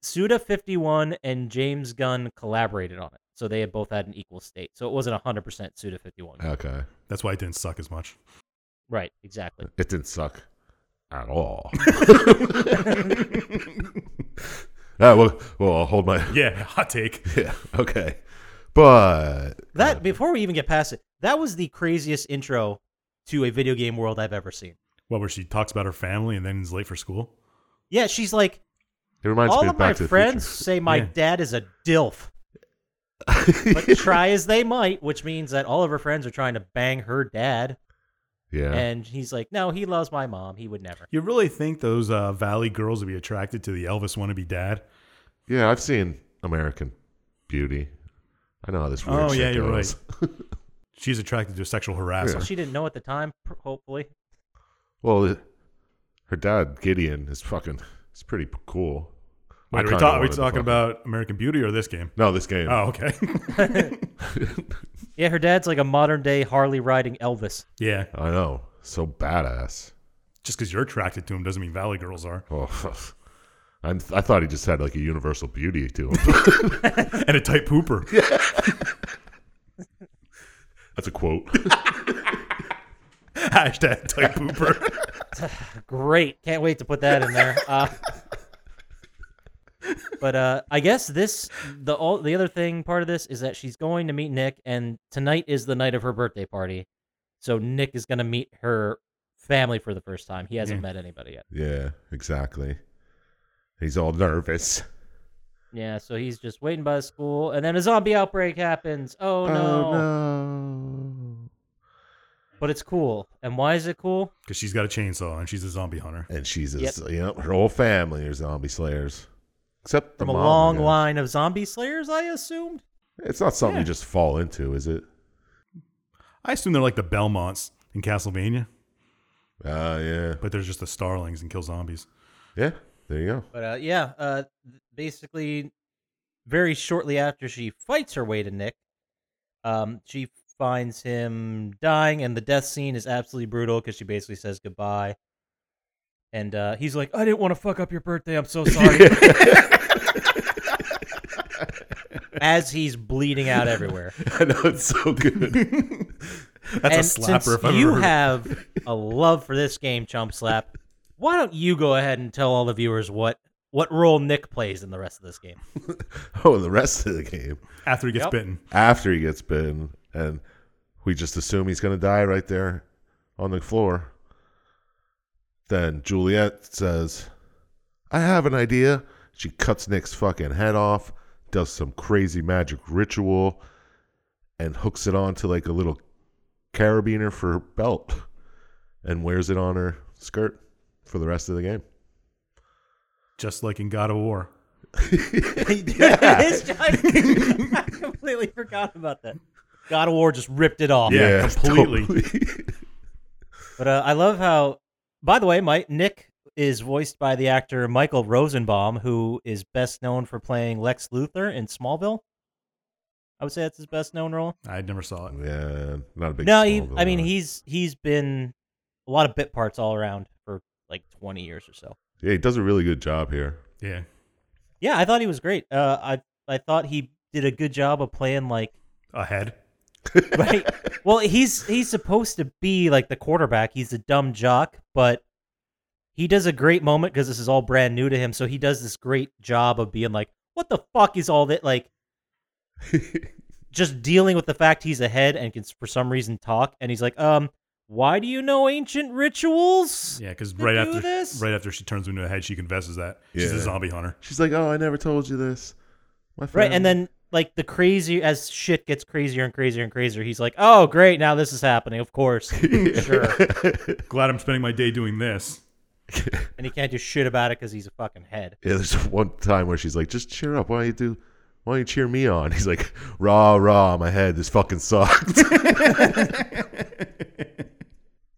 Suda fifty one and James Gunn collaborated on it, so they had both had an equal state. So it wasn't hundred percent Suda fifty one.
Okay,
That's why it didn't suck as much. (laughs)
Right, exactly.
it didn't suck at all. (laughs) Ah, well, well, I'll hold my (laughs)
Yeah, hot take.
yeah. Okay, but
That before we even get past it, that was the craziest intro to a video game world I've ever seen.
What, where she talks about her family and then is late for school?
Yeah, she's like
it reminds
all
me
of
Back
my
to the
friends
Future.
say my
Yeah.
dad is a dilf.
(laughs)
(laughs) but try as they might, which means that all of her friends are trying to bang her dad,
Yeah.
and he's like, "No, he loves my mom. He would never."
You really think those uh, Valley girls would be attracted to the Elvis wannabe dad?
Yeah, I've seen American Beauty. I know how this weird
Oh,
shit
yeah, you're
goes.
She's attracted to a sexual harasser.
She didn't know at the time, pr- hopefully.
(laughs) Well, it- her dad Gideon is fucking. It's pretty p- cool. I
Wait, are we,
kinda
ta- are we
wanted to
talking
fuck
about American Beauty or this game?
her. No, this game.
Oh, okay. (laughs)
Yeah, her dad's like a modern day Harley riding Elvis.
yeah.
I know. So badass.
Just because you're attracted to him doesn't mean Valley girls are. (laughs)
Oh, (laughs) I'm, I thought he just had like a universal beauty to him. (laughs)
And a tight pooper. Yeah.
That's a quote.
(laughs) Hashtag tight pooper. (laughs)
Great. Can't wait to put that in
(laughs)
there. Uh, but uh, I guess this the all the other thing part of this is that she's going to meet Nick, and tonight is the night of her birthday party. So Nick is going to meet her family for the first time. He hasn't
Yeah.
met anybody yet.
yeah, exactly. He's all nervous.
Yeah, so he's just waiting by the school, and then a zombie outbreak happens. Oh no!
no.
But it's cool. And why is it cool?
Because she's got a chainsaw and she's a zombie hunter.
And she's a, yep. her whole family are zombie slayers. Except the
From a
mom, I
long
guess.
line of zombie slayers, I assumed.
It's not something
Yeah.
you just fall into, is it?
I assume they're like the Belmonts in Castlevania,
Ah, yeah,
but they're just the starlings and kill zombies.
yeah. There you go.
But uh, yeah, uh, th- basically, very shortly after she fights her way to Nick, um, she finds him dying, and the death scene is absolutely brutal because she basically says goodbye. And uh, he's like, "I didn't want to fuck up your birthday. I'm so sorry."
(laughs)
As he's bleeding out everywhere.
(laughs) I know it's so good.
(laughs) That's
and
a slapper.
Since
If I've
you
ever heard it.
have a love for this game, Chump Slap, why don't you go ahead and tell all the viewers what what role Nick plays in the rest of this game?
oh, the rest of the game
after he gets
Yep.
bitten,
after he gets bitten, and we just assume he's going to die right there on the floor. Then Juliet says, I have an idea. She cuts Nick's fucking head off, does some crazy magic ritual, and hooks it onto like a little carabiner for her belt and wears it on her skirt for the rest of the game.
just like in God of War.
(laughs) It's- I, I completely forgot about that. God of War just ripped it off.
Yeah,
(laughs)
completely.
totally.
But uh, I love how, by the way, Mike Nick is voiced by the actor Michael Rosenbaum, who is best known for playing Lex Luthor in Smallville. I would say that's his best known role.
I never saw it.
(laughs) yeah, not a big
no, he,
Smallville
I mean
guy.
he's he's been a lot of bit parts all around for like twenty years or so.
Yeah, he does a really good job here.
Yeah,
Yeah, I thought he was great. Uh, I I thought he did a good job of playing like
a head.
(laughs) right. Well, he's he's supposed to be like the quarterback. He's a dumb jock, but he does a great moment because this is all brand new to him. So he does this great job of being like, "What the fuck is all that?" Like, just dealing with the fact he's ahead and can for some reason talk. And he's like, "Um, why do you know ancient rituals?"
Yeah, because
To
right
do
after
this?
right after she turns him into a head, she confesses that she's a
Yeah.
zombie hunter.
She's like, "Oh, I never told you this." My
Right,
friend.
and then like the crazy as shit gets crazier and crazier and crazier. He's like, "Oh, great, now this is happening." Of course, (laughs) sure,
Glad I'm spending my day doing this.
and he can't do shit about it because he's a fucking head.
(laughs) yeah, there's one time where she's like, "Just cheer up. Why don't you do? Why don't you cheer me on?" (laughs) He's like, "Rah rah, my head. This fucking (laughs) sucked."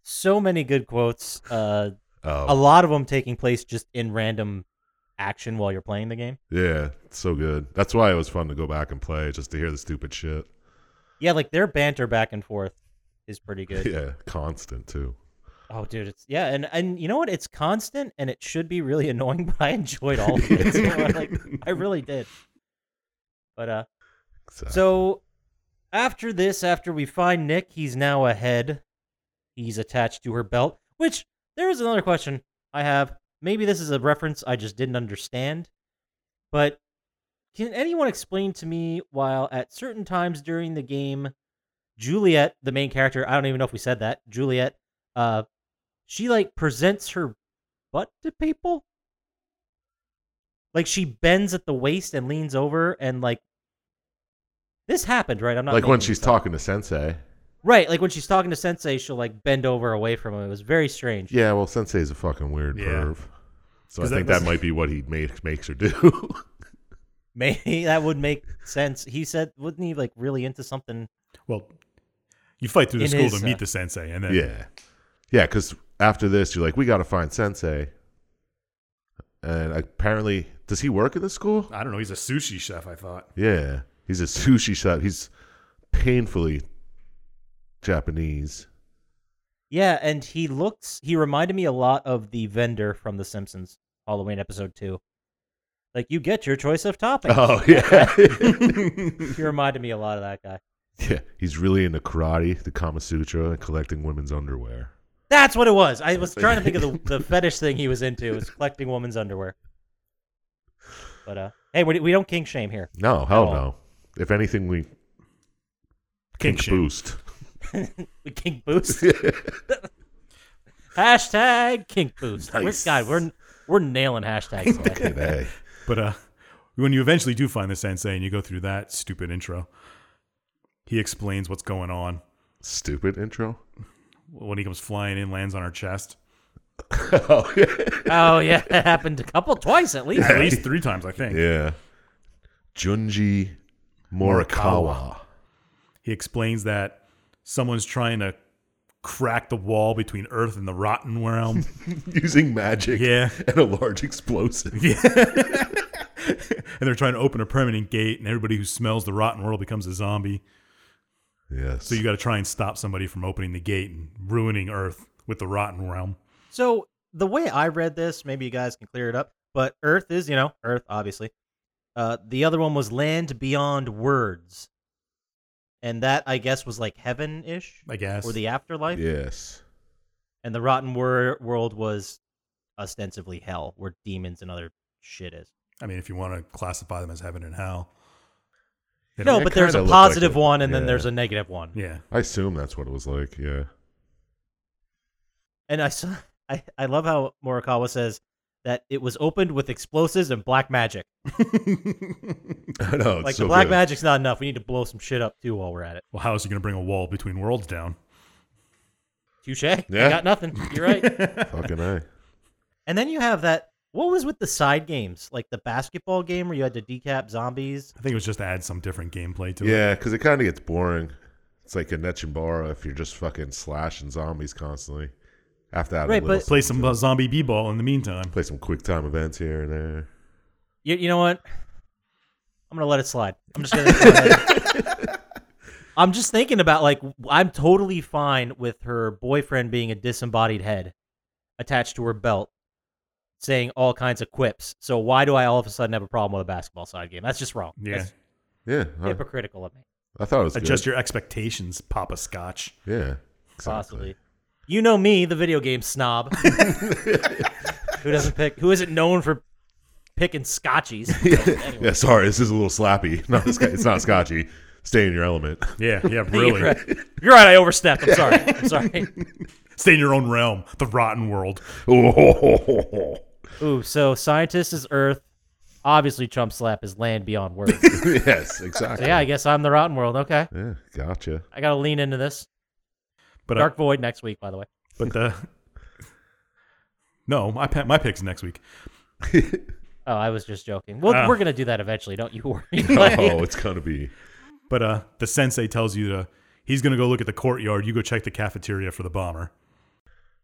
So many good quotes. Uh, a
oh,
lot of them taking place just in random action while you're playing the game.
yeah, it's so good. That's why it was fun to go back and play just to hear the stupid shit.
Yeah, like their banter back and forth is pretty
(laughs)
good.
Yeah, constant too.
Oh, dude, it's yeah, and and you know what? It's constant, and it should be really (laughs) annoying, but I enjoyed all of it. So I, like, I really did. But uh, so after this, after we find Nick, he's now a head. He's attached to her belt. Which there is another question I have. Maybe this is a reference I just didn't understand, but can anyone explain to me while at certain times during the game, Juliet, the main character, I don't even know if we said that, Juliet, uh, she like presents her butt to people? Like she bends at the waist and leans over and like this happened, right? I'm not
like when
making
she's
this up.
talking to Sensei.
Right, like when she's talking to Sensei, she'll like bend over away from him. It was very strange. (laughs)
Yeah, well, Sensei's a fucking weird
Yeah.
perv. So I
'Cause that
think that
was-
might be what he make, makes her do. (laughs)
Maybe that would make sense. He said, wasn't he like really into something?
Well, you fight through the
In
school
his,
to meet
uh,
the sensei, and then
Yeah. Yeah, because after this, you're like, we got to find Sensei. And apparently, does he work in the school?
I don't know. He's a sushi chef. I thought.
Yeah. He's a sushi chef. He's painfully Japanese.
Yeah, and he looks, he reminded me a lot of the vendor from The Simpsons Halloween episode two. Like, you get your choice of toppings.
Oh, yeah. (laughs)
He reminded me a lot of that guy.
yeah. He's really into karate, the Kama Sutra, and collecting women's underwear.
That's what it was. I was trying to think of the, the fetish thing he was into. It was collecting women's underwear. But, uh, hey, we, we don't king shame here.
No, hell
Oh.
no. If anything, we
King
kink
shit.
boost. (laughs)
We kink boost. Hashtag kink boost. We're,
Nice.
God, we're we're nailing hashtags. today.
Fucking A.
But uh, when you eventually do find the sensei and you go through that stupid intro, he explains what's going on
Stupid intro.
when he comes flying in, lands on her chest.
(laughs) oh, yeah.
Oh yeah, that happened a couple twice at least.
At least three times, I think.
yeah. Junji Morikawa. (laughs)
He explains that someone's trying to crack the wall between Earth and the
(laughs)
Rotten Realm.
Using magic
Yeah.
and a large explosive.
(laughs) and they're trying to open a permanent gate, and everybody who smells the rotten world becomes a zombie.
Yes.
So you got to try and stop somebody from opening the gate and ruining Earth with the rotten realm.
So the way I read this, maybe you guys can clear it up. But Earth is, you know, Earth obviously. Uh, the other one was land beyond words, and that I guess was like heaven ish
I guess.
or the afterlife.
yes.
And the rotten wor- world was ostensibly hell, where demons and other shit is.
I mean, if you want to classify them as heaven and hell. They
No,
don't-
but there's
kinda
a
looked like
positive
it.
one, and
Yeah.
then there's a negative one.
yeah,
I assume that's what it was like. (laughs) Yeah.
And I saw, (laughs) I, I love how Morikawa says that it was opened with explosives and black magic.
I know. Oh, It's
like
so
the black
good.
magic's not enough. We need to blow some shit up too while we're at it.
well, how is he going to bring a wall between worlds down?
Touche. Yeah.
Yeah.
got nothing. You're right.
Fucking
(laughs)
A.
and then you have that. What was with the side games? Like the basketball game where you had to decap zombies.
I think it was just to add some different gameplay to it.
Yeah, because it kind of gets boring. It's like a Nechinbara if you're just fucking slashing zombies constantly. After that,
Right,
a little
but-
Play some uh, zombie b-ball in the meantime.
play some quick time events here and there.
You, you know what? I'm gonna let it slide. I'm just gonna. I'm just thinking about like I'm totally fine with her boyfriend being a disembodied head attached to her belt, saying all kinds of quips. So why do I all of a sudden have a problem with a basketball side game? That's just wrong.
Yeah.
That's
Yeah, I,
hypocritical of me.
I thought it was
Adjust
good.
your expectations, Papa Scotch.
yeah,
Possibly. You know me, the video game
(laughs)
snob, who doesn't pick, who isn't known for picking
(laughs)
scotchies.
Yeah, sorry, this is a little slappy. (laughs) No, it's, it's not scotchy. Stay in your element. (laughs)
Yeah, (laughs) yeah,
You're
really.
right. You're right. I overstepped. I'm sorry. I'm
(laughs)
sorry.
Stay in your own realm, the rotten world.
Oh,
Ooh, so scientist is Earth. Obviously, Trump slap is land beyond words.
yes, exactly.
So yeah, I guess I'm the rotten world. Okay,
Yeah,
(laughs)
gotcha.
I gotta lean into this.
But uh,
Dark Void next week, by the way.
but the no, my pa- my pick's next week.
Oh, I was just joking. Well,
Ah.
we're gonna do that eventually. Don't you worry. (laughs)
Oh, it's gonna be.
But uh, the sensei tells you to he's gonna go look at the courtyard. You go check the cafeteria for the bomber.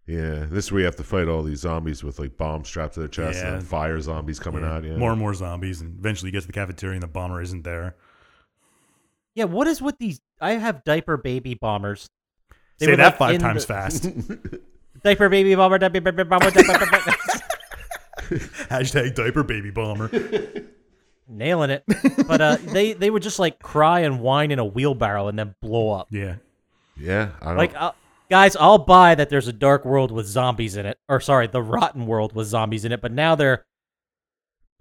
Yeah, this is where you have to fight all these zombies with like bombs strapped to their chest
Yeah.
and fire zombies coming out. Yeah,
More and more zombies, and eventually you get to the cafeteria, and the bomber isn't there.
yeah, what is with these? I have diaper baby bombers. They
Say
were,
that
like,
five
in
times
the- (laughs)
fast.
Diaper baby bomber. Diaper baby bomber. Diaper baby bomber.
Hashtag diaper baby bomber.
(laughs) Nailing (laughs) it. But uh, they they would just like cry and whine in a wheelbarrow and then blow up.
Yeah,
yeah. I don't,
Like,
uh,
I'll, guys, I'll buy that there's a dark world with zombies in it, or sorry, the rotten world with zombies in it. But now they're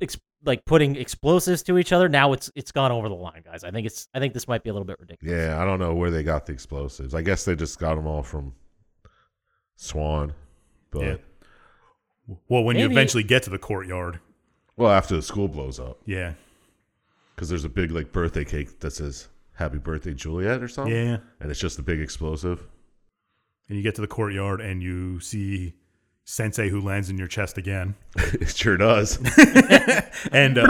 ex- like putting explosives to each other. Now it's it's gone over the line, guys. I think it's I think this might be a little bit ridiculous.
Yeah, I don't know where they got the explosives. I guess they just got them all from Swan. But
yeah. Well, when you
Maybe-
eventually get to the courtyard,
well, after the school blows up,
yeah,
because there's a big like birthday cake that says "Happy Birthday, Juliet" or
Oh.
something.
yeah.
and it's just a big explosive.
And you get to the courtyard and you see Sensei who lands in your
(laughs)
chest again.
it sure does.
And uh,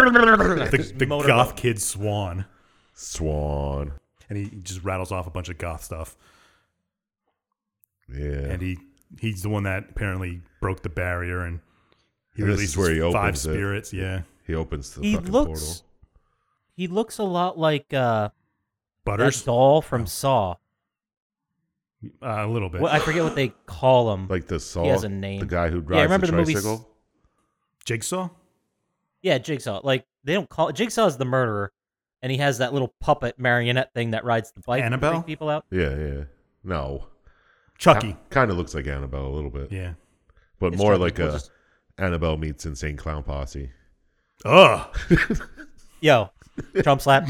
the, the
Motorboat.
goth kid Swan.
Swan.
And he just rattles off a bunch of goth stuff.
Yeah.
And he he's the one that apparently broke the barrier and he
And this is
releases
where he
five
opens it.
spirits. Yeah.
he opens the
He
fucking
looks he looks a lot like uh, that
Butters?
doll from Saw.
Uh, a little bit.
Well, I forget what they call him.
portal. Like the saw.
He has a name.
The guy who rides
Yeah, I remember
the
the movie
tricycle.
Jigsaw?
yeah, Jigsaw. Like they don't call Jigsaw's the murderer, and he has that little puppet marionette thing that rides the bike, to
Annabelle?
freak people out.
yeah, yeah. No.
Chucky.
Kind of looks like Annabelle a little bit,
Yeah.
but
It's
more
Chucky.
like
We'll
a
just-
Annabelle meets Insane Clown Posse.
Ugh.
Yo, Trump slap.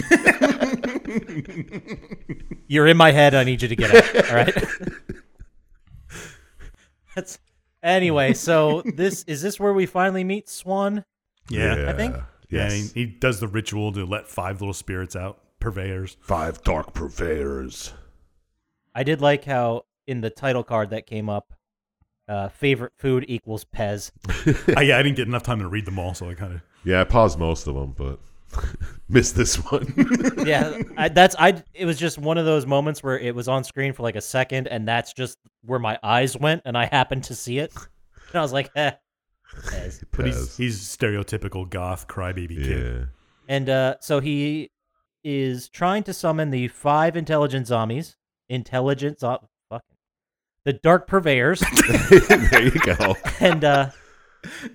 You're in my head. I need you to get out. All right. (laughs) That's anyway. So this is this where we finally meet Swan.
Yeah.
yeah.
Yeah.
think.
Yes.
and he, he does the ritual to let five little spirits out,
(laughs)
purveyors.
Five dark purveyors.
I did like how in the title card that came up, uh, favorite food equals Pez.
I, yeah, I didn't get enough time to read them all, so I kind of
Yeah, I paused most of them, but (laughs) missed this
(laughs)
one.
yeah, I, that's I. It was just one of those moments where it was on screen for like a second, and that's just where my eyes went, and I happened to see it, and I was like, eh,
(laughs)
Pez.
But
Pez.
he's, he's stereotypical goth crybaby kid.
yeah.
And uh, so he is trying to summon the five intelligent zombies, intelligent zo- fucking the dark purveyors,
(laughs) there you go.
and uh,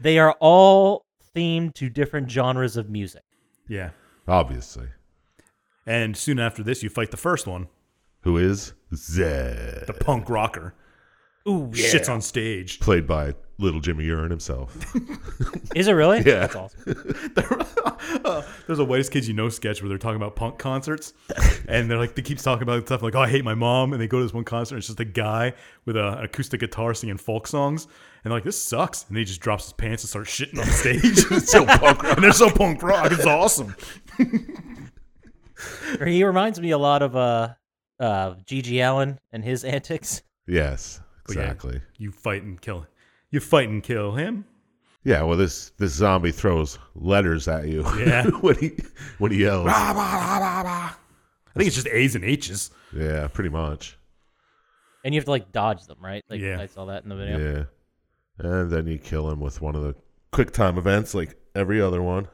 they are all themed to different genres of music.
Yeah.
Obviously.
And soon after this, you fight the first one,
Who is Zed?
the punk rocker.
Ooh,
Shit's on stage.
Played by little Jimmy Urine himself.
Is it really?
Yeah.
That's awesome.
Uh, there's a whitest kids you know sketch where they're talking about punk (laughs) concerts, and they're like they keeps talking about stuff like oh I hate my mom, and they go to this one concert. And it's just a guy with a, an acoustic guitar singing folk songs, and they're like this sucks, and he just drops his pants and starts shitting on (laughs) stage. so punk rock, and they're so punk rock. It's awesome.
He reminds me a lot of uh, uh, Gigi Allen and his (laughs) antics.
yes,
But yeah,
exactly.
you fight and kill. You fight and kill him.
Yeah. well this this zombie throws letters at you (laughs)
Yeah. Ah!
when he when he yells.
I think it's just A's and H's.
yeah, pretty much.
And you have to like dodge them, right? Like
Yeah.
I saw that in the
Yeah.
video.
And then you kill him with one of the quick time events like every other one.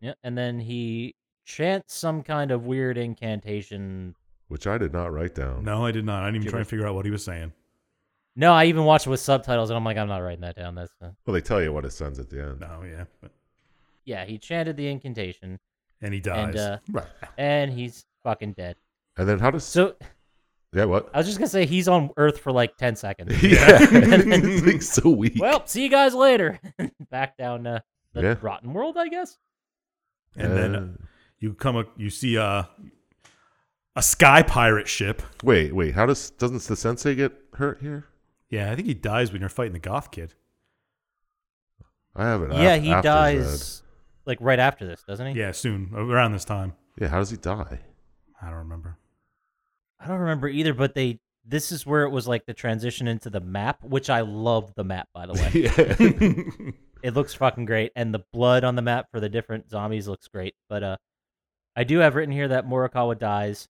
yeah. And then he chants some kind of weird incantation
Which I did not write down.
No, I did not. I didn't even try and figure out what he was saying.
No, I even watched it with subtitles, and I'm like, I'm not writing that down. That's uh,
Well, they tell you what it sends at the end.
No, yeah, but-
yeah. He chanted the incantation,
and he dies.
and uh,
Right.
and he's fucking dead.
And then how does
So
yeah
(laughs)
what? (laughs)
I was just gonna say he's on Earth for like ten seconds.
Yeah, (laughs) it's like so weak.
well, see you guys later. (laughs) Back down uh, the
Yeah.
rotten world, I guess.
and then uh,
Uh,
you come, a, you see a a sky pirate ship.
wait, wait. How does doesn't the sensei get hurt here?
Yeah, I think he dies when you're fighting the goth kid.
I have it. af-
yeah, he
after
dies
Zed.
like right after this, doesn't he?
Yeah, soon around this time.
Yeah, how does he die? (laughs)
I don't remember.
I don't remember either, but they. This is where it was like the transition into the map, which I love the map, by the (laughs) way.
yeah.
it looks fucking great and the blood on the map for the different zombies looks great but uh i do have written here that morikawa dies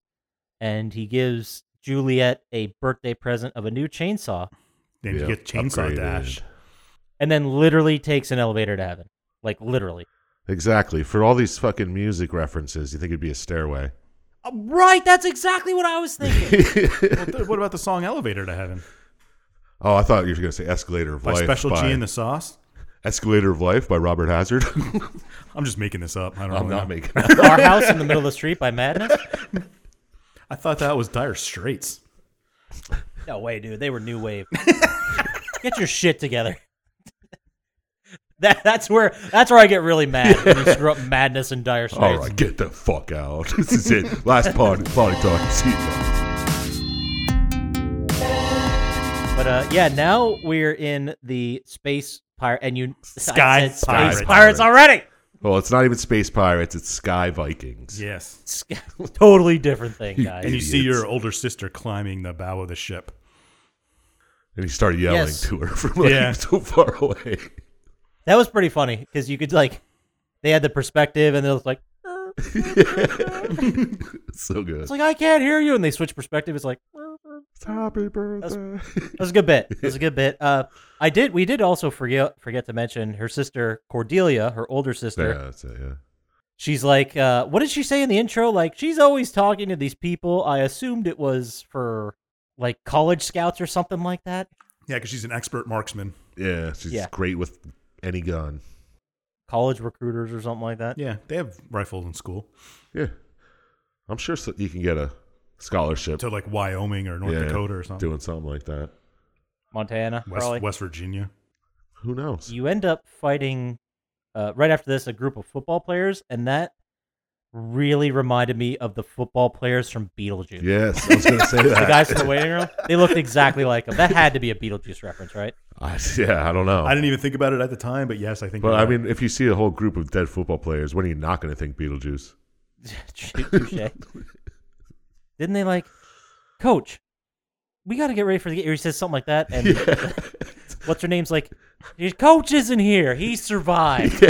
and he gives juliet a birthday present of a new chainsaw
Then you
Yeah,
get chainsaw
upgraded. (laughs)
dash.
and then literally takes an elevator to heaven like literally
Exactly. For all these fucking music references, you think it'd be a stairway. (laughs)
Uh, right that's exactly what i (laughs) was thinking
Well, th- what about the song "Elevator to Heaven"
Oh, I thought you were going to say Escalator of
by
Life.
Special
by-
G and the Sauce?
Escalator of Life by Robert
(laughs)
Hazard.
I'm just making this up. I don't
I'm
really
not
know.
making
(laughs)
that.
our house in the middle of the street by madness
I thought that was Dire Straits.
no way dude they were new wave get your shit together (laughs) that, that's where that's where i get really mad when you screw up madness and dire straits
All right, get the fuck out. (laughs) This is it. Last party, party time. See you guys.
But uh, yeah, now we're in the space pirate, and you
Sky
I said space
pirate.
pirates, already.
Well, it's not even Space Pirates. It's Sky Vikings.
Yes.
Sky, (laughs) totally different thing,
And
guys.
you see
Idiots.
your older sister climbing the bow of the ship.
And he started yelling
Yes.
to her from like
Yeah.
(laughs) so far away. (laughs)
that was pretty funny because you could like, they had the perspective, and it was like,
It's so good.
it's like I can't hear you, and they switch perspective. It's like
Happy birthday.
that was a good bit.
(laughs)
That was a good bit. Uh, I did. We did also forget forget to mention her sister Cordelia, her older sister.
yeah, that's it, yeah.
She's like, uh, what did she say in the intro? Like, she's always talking to these people. I assumed it was for like college scouts or something like that.
Yeah, because she's an expert marksman.
Yeah, she's
Yeah.
great with any gun.
college recruiters or something like that.
Yeah, they have rifles in school
Yeah. I'm sure so you can get a scholarship
to like Wyoming or North
Yeah,
Dakota or something.
doing something like that.
Montana, probably.
West, West Virginia.
Who knows?
You end up fighting uh, right after this a group of football players, and that really reminded me of the football players from
(laughs)
Beetlejuice.
Yes, I was going to
(laughs)
say
The
that.
guys in the waiting room, they looked exactly like them. That had to be a Beetlejuice reference, right?
I, yeah, I don't know.
I didn't even think about it at the time, but yes, I think.
but
you're
Oh. I
right.
mean, if you see a whole group of dead football players, when are you not going to think
(laughs)
Beetlejuice?
(laughs) Touche. Didn't they like, coach? We got to get ready for the game. Or he says something like that, and
Yeah.
what's her name's like, your coach isn't here.
(laughs)
He survived.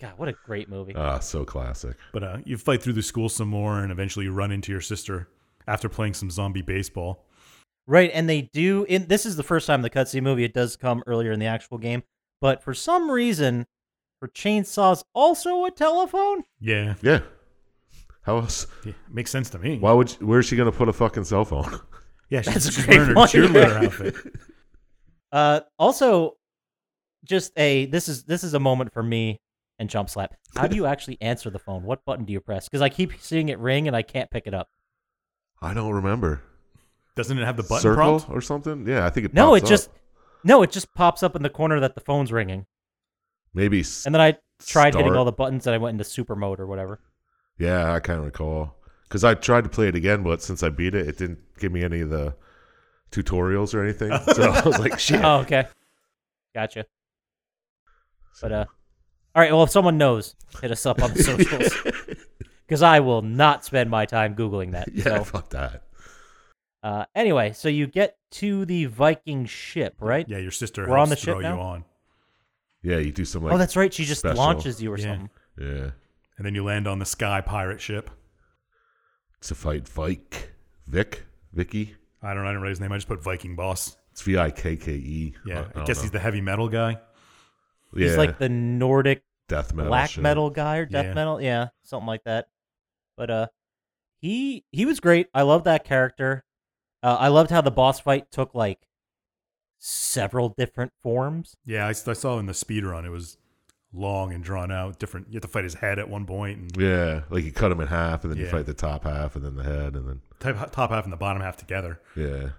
God, what a great movie.
Ah, so classic.
But uh, you fight through the school some more and eventually you run into your sister after playing some zombie baseball.
Right, and they do. In this is the first time the cutscene movie. It does come earlier in the actual game, but for some reason, her chainsaw's also a telephone.
Yeah.
Yeah. How else?
yeah, Makes sense to me.
Why would? You, where's she gonna put a fucking cell phone? (laughs)
Yeah, she's,
That's a
she's
great
wearing her
point. (laughs)
cheerleader outfit.
Uh, also, just a this is this is a moment for me and jump slap.
(laughs)
How do you actually answer the phone? What button do you press? Because I keep seeing it ring and I can't pick it up.
I don't remember.
Doesn't it have the button
Circle
prompt?
or something? Yeah, I think it.
No,
pops
it just
up.
no, it just pops up in the corner that the phone's ringing.
maybe. s-
And then I tried hitting
Start.
all the buttons and I went into super mode or whatever.
yeah, I kind of recall because I tried to play it again, but since I beat it, it didn't give me any of the tutorials or
(laughs)
anything. so I was like, shit. (laughs)
Oh, okay, gotcha.
(laughs)
But uh, all right. Well, if someone knows, hit us up on the socials because I will not spend my time googling that.
yeah,
So,
fuck that.
uh, anyway, so you get to the Viking ship, right?
Yeah, your sister
We're on
helps
the ship
throw
now?
you on.
Yeah, you do some like.
oh, that's right. She just
special.
launches you or
Yeah.
something.
yeah.
And then you land on the sky pirate ship.
To fight Vike, Vic, Vicky.
I don't know, I didn't write his name. I just put Viking boss.
It's V I K K E.
Yeah. I, guess he's the heavy metal guy.
yeah,
He's like the Nordic
death metal,
black
shit.
metal guy or death
Yeah.
metal, yeah, something like that. But uh, he he was great. I loved that character. Uh, I loved how the boss fight took like several different forms.
Yeah, I, s- I saw in the speed run it was long and drawn out. Different. You have to fight his head at one point, and
Yeah, like you cut him in half, and then you
Yeah.
fight the top half, and then the head, and then
type, top half and the bottom half together.
yeah,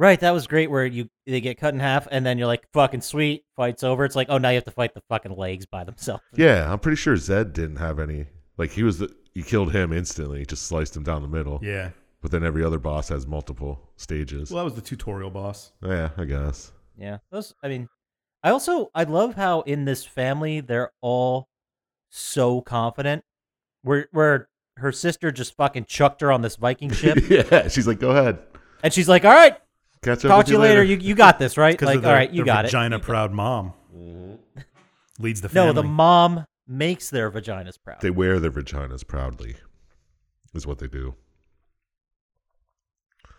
Right, that was great. Where you they get cut in half, and then you're like, "Fucking sweet!" Fights over. It's like, oh, now you have to fight the fucking legs by themselves.
yeah. I'm pretty sure Zed didn't have any. Like he was the you killed him instantly, just sliced him down the middle.
Yeah.
But then every other boss has multiple stages.
Well, that was the tutorial boss.
yeah, I guess.
Yeah, those. I mean, I also I love how in this family they're all so confident. Where where her sister just fucking chucked her on this Viking
(laughs)
ship,
yeah, she's like, go ahead,
and she's like, "All right,
catch up.
talk
with
to you later. You you got this, right?
Because
Like,
of their,
all right, you
their
got
vagina
it.
proud mom
Mm-hmm.
leads the
No,
family.
the mom makes their vaginas proud.
They wear their vaginas proudly, is what they do.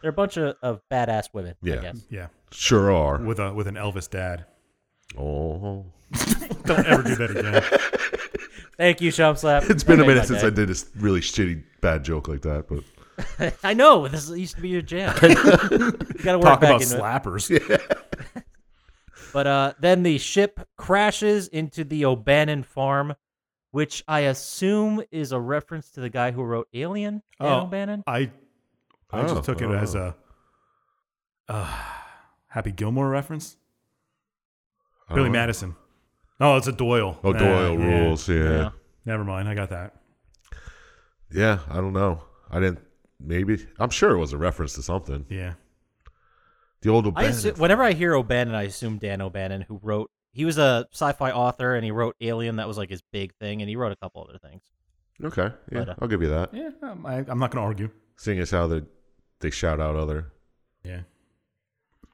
They're a bunch of, of badass women. I
Yeah.
guess.
yeah,
Sure are.
with a with an Elvis dad.
Oh,
(laughs)
Don't ever do that again.
Thank you, Chump
(laughs)
Slap.
it's been
That
a
made
minute
my
since
day.
I did a really shitty bad joke like that,
(laughs)
but
I know this used to be your jam. you
(laughs)
gotta work
Talk
back
about
into it.
slappers.
But uh, then the ship crashes into the O'Bannon farm, which I assume is a reference to the guy who wrote Alien. Dan
Oh.
O'Bannon.
I I
Oh,
just took it
oh.
as a uh, Happy Gilmore reference.
I
Billy
don't know.
Madison. Oh, it's a Doyle.
Oh,
Ah,
Doyle
yeah.
rules. yeah.
Never mind. I got that.
Yeah, I don't know. I didn't. Maybe I'm sure it was a reference to something.
Yeah.
The old
I assu-
O'Bannon.
whenever I hear O'Bannon, I assume Dan O'Bannon, who wrote. He was a sci-fi author, and he wrote Alien. That was like his big thing, and he wrote a couple other things.
okay, yeah,
But, uh,
I'll give you that.
Yeah. um, I, I'm not going to argue.
Seeing as how they they shout out other
Oh
Yeah.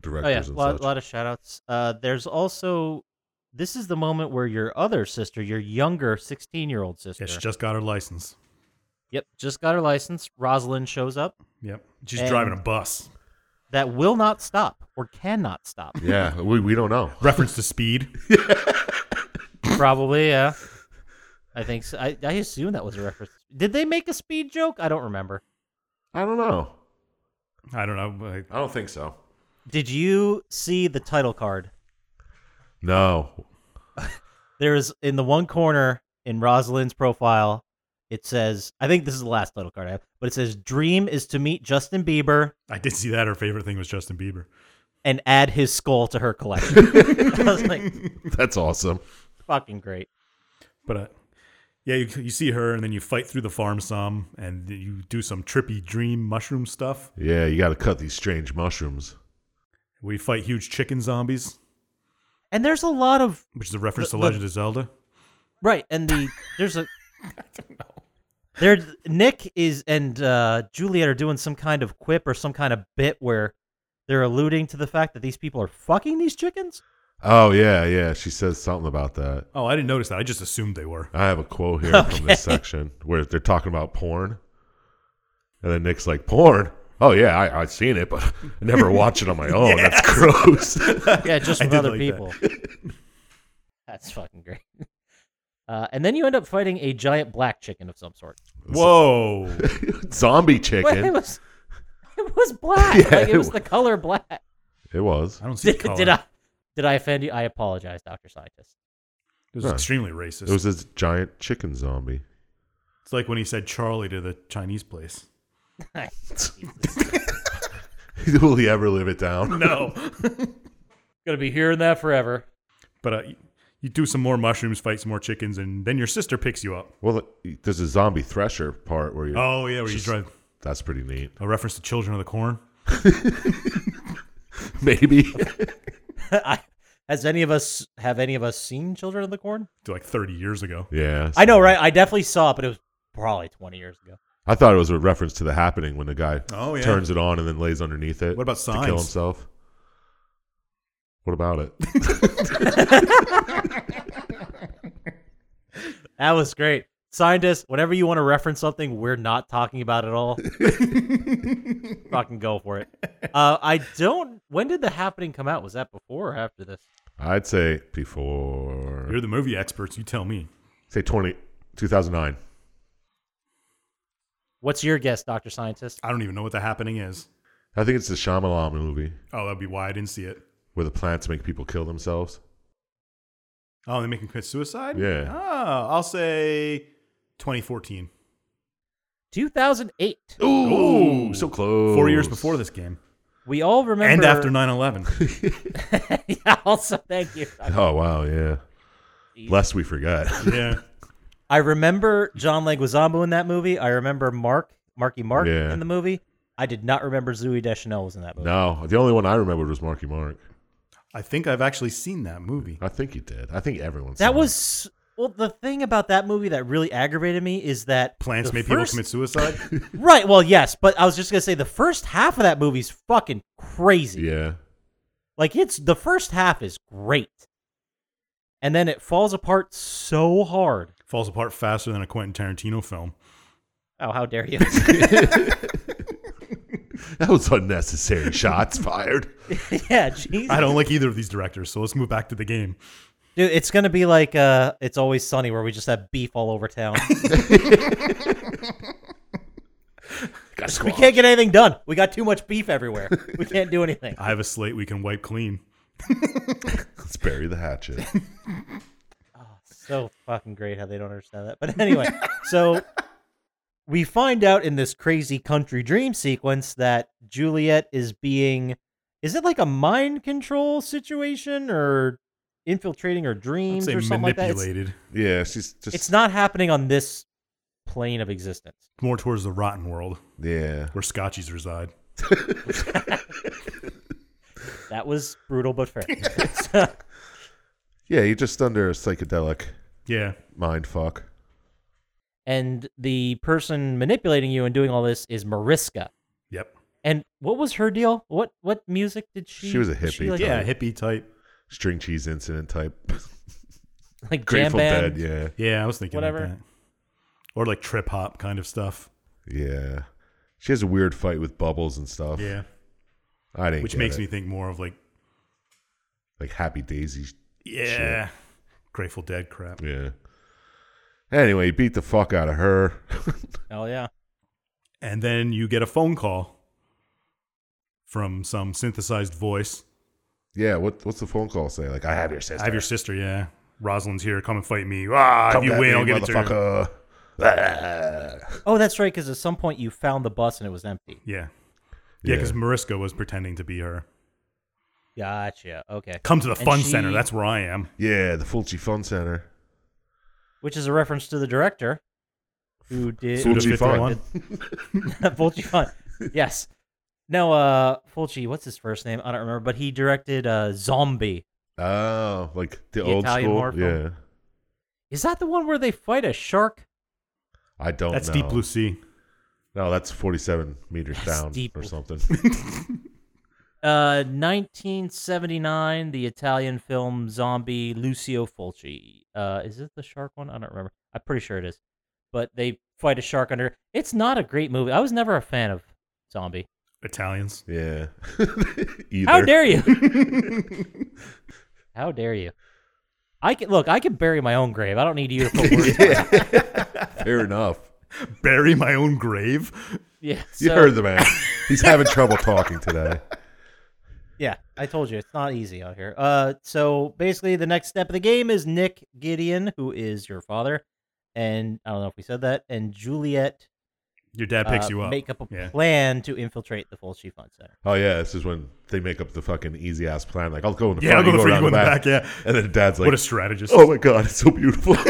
yeah,
directors
a
and
lot,
such.
lot of shout-outs. Uh, there's also this is the moment where your other sister, your younger 16-year-old sister,
Yeah. She just got her license.
yep, just got her license. Rosalind shows up.
Yep. She's
And-
driving a bus.
that will not stop or cannot stop.
yeah, we we don't know.
Reference to speed.
Probably, yeah. I think so. I, I assume that was a reference. Did they make a speed joke? I don't remember.
I don't know.
I don't know. like,
I don't think so.
Did you see the title card?
No. (laughs)
There is in the one corner in Rosalind's profile. It says, I think this is the last title card I have, but it says, "Dream is to meet Justin Bieber
I did see that. Her favorite thing was Justin Bieber.
and add his skull to her collection." (laughs) I was like,
That's awesome.
"Fucking great!"
But uh, yeah, you, you see her, and then you fight through the farm some, and you do some trippy dream mushroom stuff.
Yeah, you got to cut these strange mushrooms.
We fight huge chicken zombies,
And there's a lot of
which is a reference
The-
to
the-
Legend of Zelda.
Right, and the there's (laughs) a there Nick is and uh Juliet are doing some kind of quip or some kind of bit where they're alluding to the fact that these people are fucking these chickens?
Oh yeah, yeah. She says something about that.
Oh, I didn't notice that. I just assumed they were.
I have a quote here from this (laughs) section where they're talking about porn, and then Nick's like, "Porn? Oh yeah, I, I've seen it, but I (laughs) never watch it on my own. That's gross." (laughs)
Yeah, (laughs) just
I
with
did
other
like
people.
that.
(laughs) That's fucking great. (laughs) Uh, and then you end up fighting a giant black chicken of some sort.
Whoa.
Zombie
Well, it
chicken.
was, (laughs) it was black.
Yeah,
like, it
it
was the color black.
It was.
I don't see
Did,
color.
(laughs) did I? Did I offend you? I apologize, Doctor Scientist.
It was
Huh.
extremely racist.
It was this giant chicken zombie. (laughs)
it's like when he said Charlie to the Chinese place.
Will he ever live it down?
No.
Gonna be hearing that forever.
but uh, you do some more mushrooms, fight some more chickens, and then your sister picks you up.
Well, like, there's a zombie thresher part where you.
Oh, yeah, where
Just-
you drive.
That's pretty neat.
A reference to Children of the Corn.
(laughs)
Maybe.
I, has any of us have any of us seen Children of the Corn?
To like 30 years ago.
yeah.
I know, right? I definitely saw it, but it was probably twenty years ago.
I thought it was a reference to the happening when the guy
Oh, yeah.
turns it on and then lays underneath it.
What about
To kill
Signs?
himself. What about it?
That was great. Scientist, whenever you want to reference something we're not talking about at (laughs) all, fucking go for it. Uh, I don't. When did the happening come out? Was that before or after this?
I'd say before.
You're the movie experts. You tell me.
say 20, 2009.
What's your guess, Doctor Scientist?
I don't even know what the happening is.
I think it's the Shyamalan movie
Oh, that'd be why I didn't see it.
where the plants make people kill themselves.
Oh, they make him commit suicide?
Yeah.
Oh, I'll say 2014.
2008.
Ooh,
Ooh.
so close.
Four years before this game.
We all remember.
And after 9 11.
(laughs) yeah, also, thank (laughs) you. Dr.
(laughs) Oh wow, yeah.
Jeez.
Lest we forget. (laughs)
yeah.
I remember John Leguizamo in that movie. I remember Mark, Marky Mark
Yeah.
in the movie. I did not remember Zooey Deschanel was in that movie.
no, the only one I remembered was Marky Mark.
I think I've actually seen that movie.
I think he did. I think everyone. saw
That
it.
was well. The thing about that movie that really aggravated me is that
Plants
the
make
first-
people commit suicide.
(laughs) Right. Well, yes, but I was just gonna say the first half of that movie's fucking crazy.
Yeah.
Like it's the first half is great, and then it falls apart so hard.
Falls apart faster than a Quentin Tarantino film.
Oh, how dare you!
That was
(laughs)
unnecessary shots fired.
(laughs) yeah, jeez.
I don't like either of these directors, so let's move back to the game.
Dude, it's gonna be like uh, it's always sunny where we just have beef all over town.
Got
we can't get anything done. We got too much beef everywhere.
(laughs)
We can't do anything.
I have a slate we can wipe clean.
Let's bury the
(laughs)
hatchet.
Oh, so fucking great how they don't understand that. (laughs) But anyway, so we find out in this crazy country dream sequence that Juliet is being is it like a mind control situation or infiltrating her
I'd
dreams
say
or something like that? It's,
manipulated.
Yeah, she's just.
it's not happening on this plane of existence.
More towards the rotten world,
Yeah.
where Scotchies reside.
That was brutal but fair.
(laughs)
(laughs)
Yeah, you're just under a psychedelic
Yeah.
mind fuck.
and the person manipulating you and doing all this is Mariska.
Yep.
And what was her deal? What what music did she?
She was a
did
hippie,
like,
Yeah, hippie type.
String cheese incident type. (laughs)
like jam
Grateful
band.
Dead. Yeah.
Yeah, I was thinking
Whatever.
like that. Or like trip hop kind of stuff.
Yeah. She has a weird fight with bubbles and stuff.
Yeah.
I didn't.
Which
get
makes
it.
me think more of like,
like Happy Daisy.
yeah, Grateful Dead crap.
Yeah. Anyway, he beat the fuck out of her. (laughs)
Oh yeah.
And then you get a phone call from some synthesized voice.
yeah. What What's the phone call say? Like, I have your sister.
I have your sister, yeah. Rosalind's here. Come and fight me. Ah,
Come
if you
at
win,
me,
I'll give it to her.
motherfucker. (laughs) Ah.
Oh, that's right. Because at some point you found the bus and it was empty.
Yeah. Yeah,
Yeah.
because Mariska was pretending to be her.
Gotcha. Okay.
Come to the
And
fun
she-
center. That's where I am.
Yeah, the Fulci Fun Center.
Which is a reference to the director, who did
Fulci
Suda
Fun.
51. (laughs) Fulci Fun. Yes. No. Uh, Fulci. What's his first name? I don't remember. But he directed uh, Zombie.
Oh, like the,
The
old
Italian
school.
horror film?
Yeah,
Is that the one where they fight a shark?
I don't.
That's
know.
Deep Blue Sea.
No, that's forty-seven meters
That's
down
(laughs)
Deep
or
Blue-
something.
Uh, 1979, the Italian film zombie Lucio Fulci. Uh, is it the shark one? I don't remember. I'm pretty sure it is. But they fight a shark under. It's not a great movie. I was never a fan of zombie.
Italians.
Yeah. (laughs)
How
Either.
dare (laughs) you? How dare you? I can look. I can bury my own grave. I don't need (laughs) you to put words.
yeah. Fair enough.
Bury my own grave.
yeah.
You
so-
heard the
(laughs)
man. He's having trouble talking today.
Yeah, I told you it's not easy out here. Uh, so basically, the next step of the game is Nick Gideon, who is your father, and I don't know if we said that, and Juliet
Your dad picks
uh,
you up.
make up a
Yeah.
plan to infiltrate the Fulci Fund Center.
Oh yeah, this is when they make up the fucking easy ass plan. Like I'll go in the
Yeah, I'll
front,
go to the front,
around
you go in the back. Yeah.
And then Dad's like,
what a strategist.
"Oh my god, it's so beautiful." (laughs)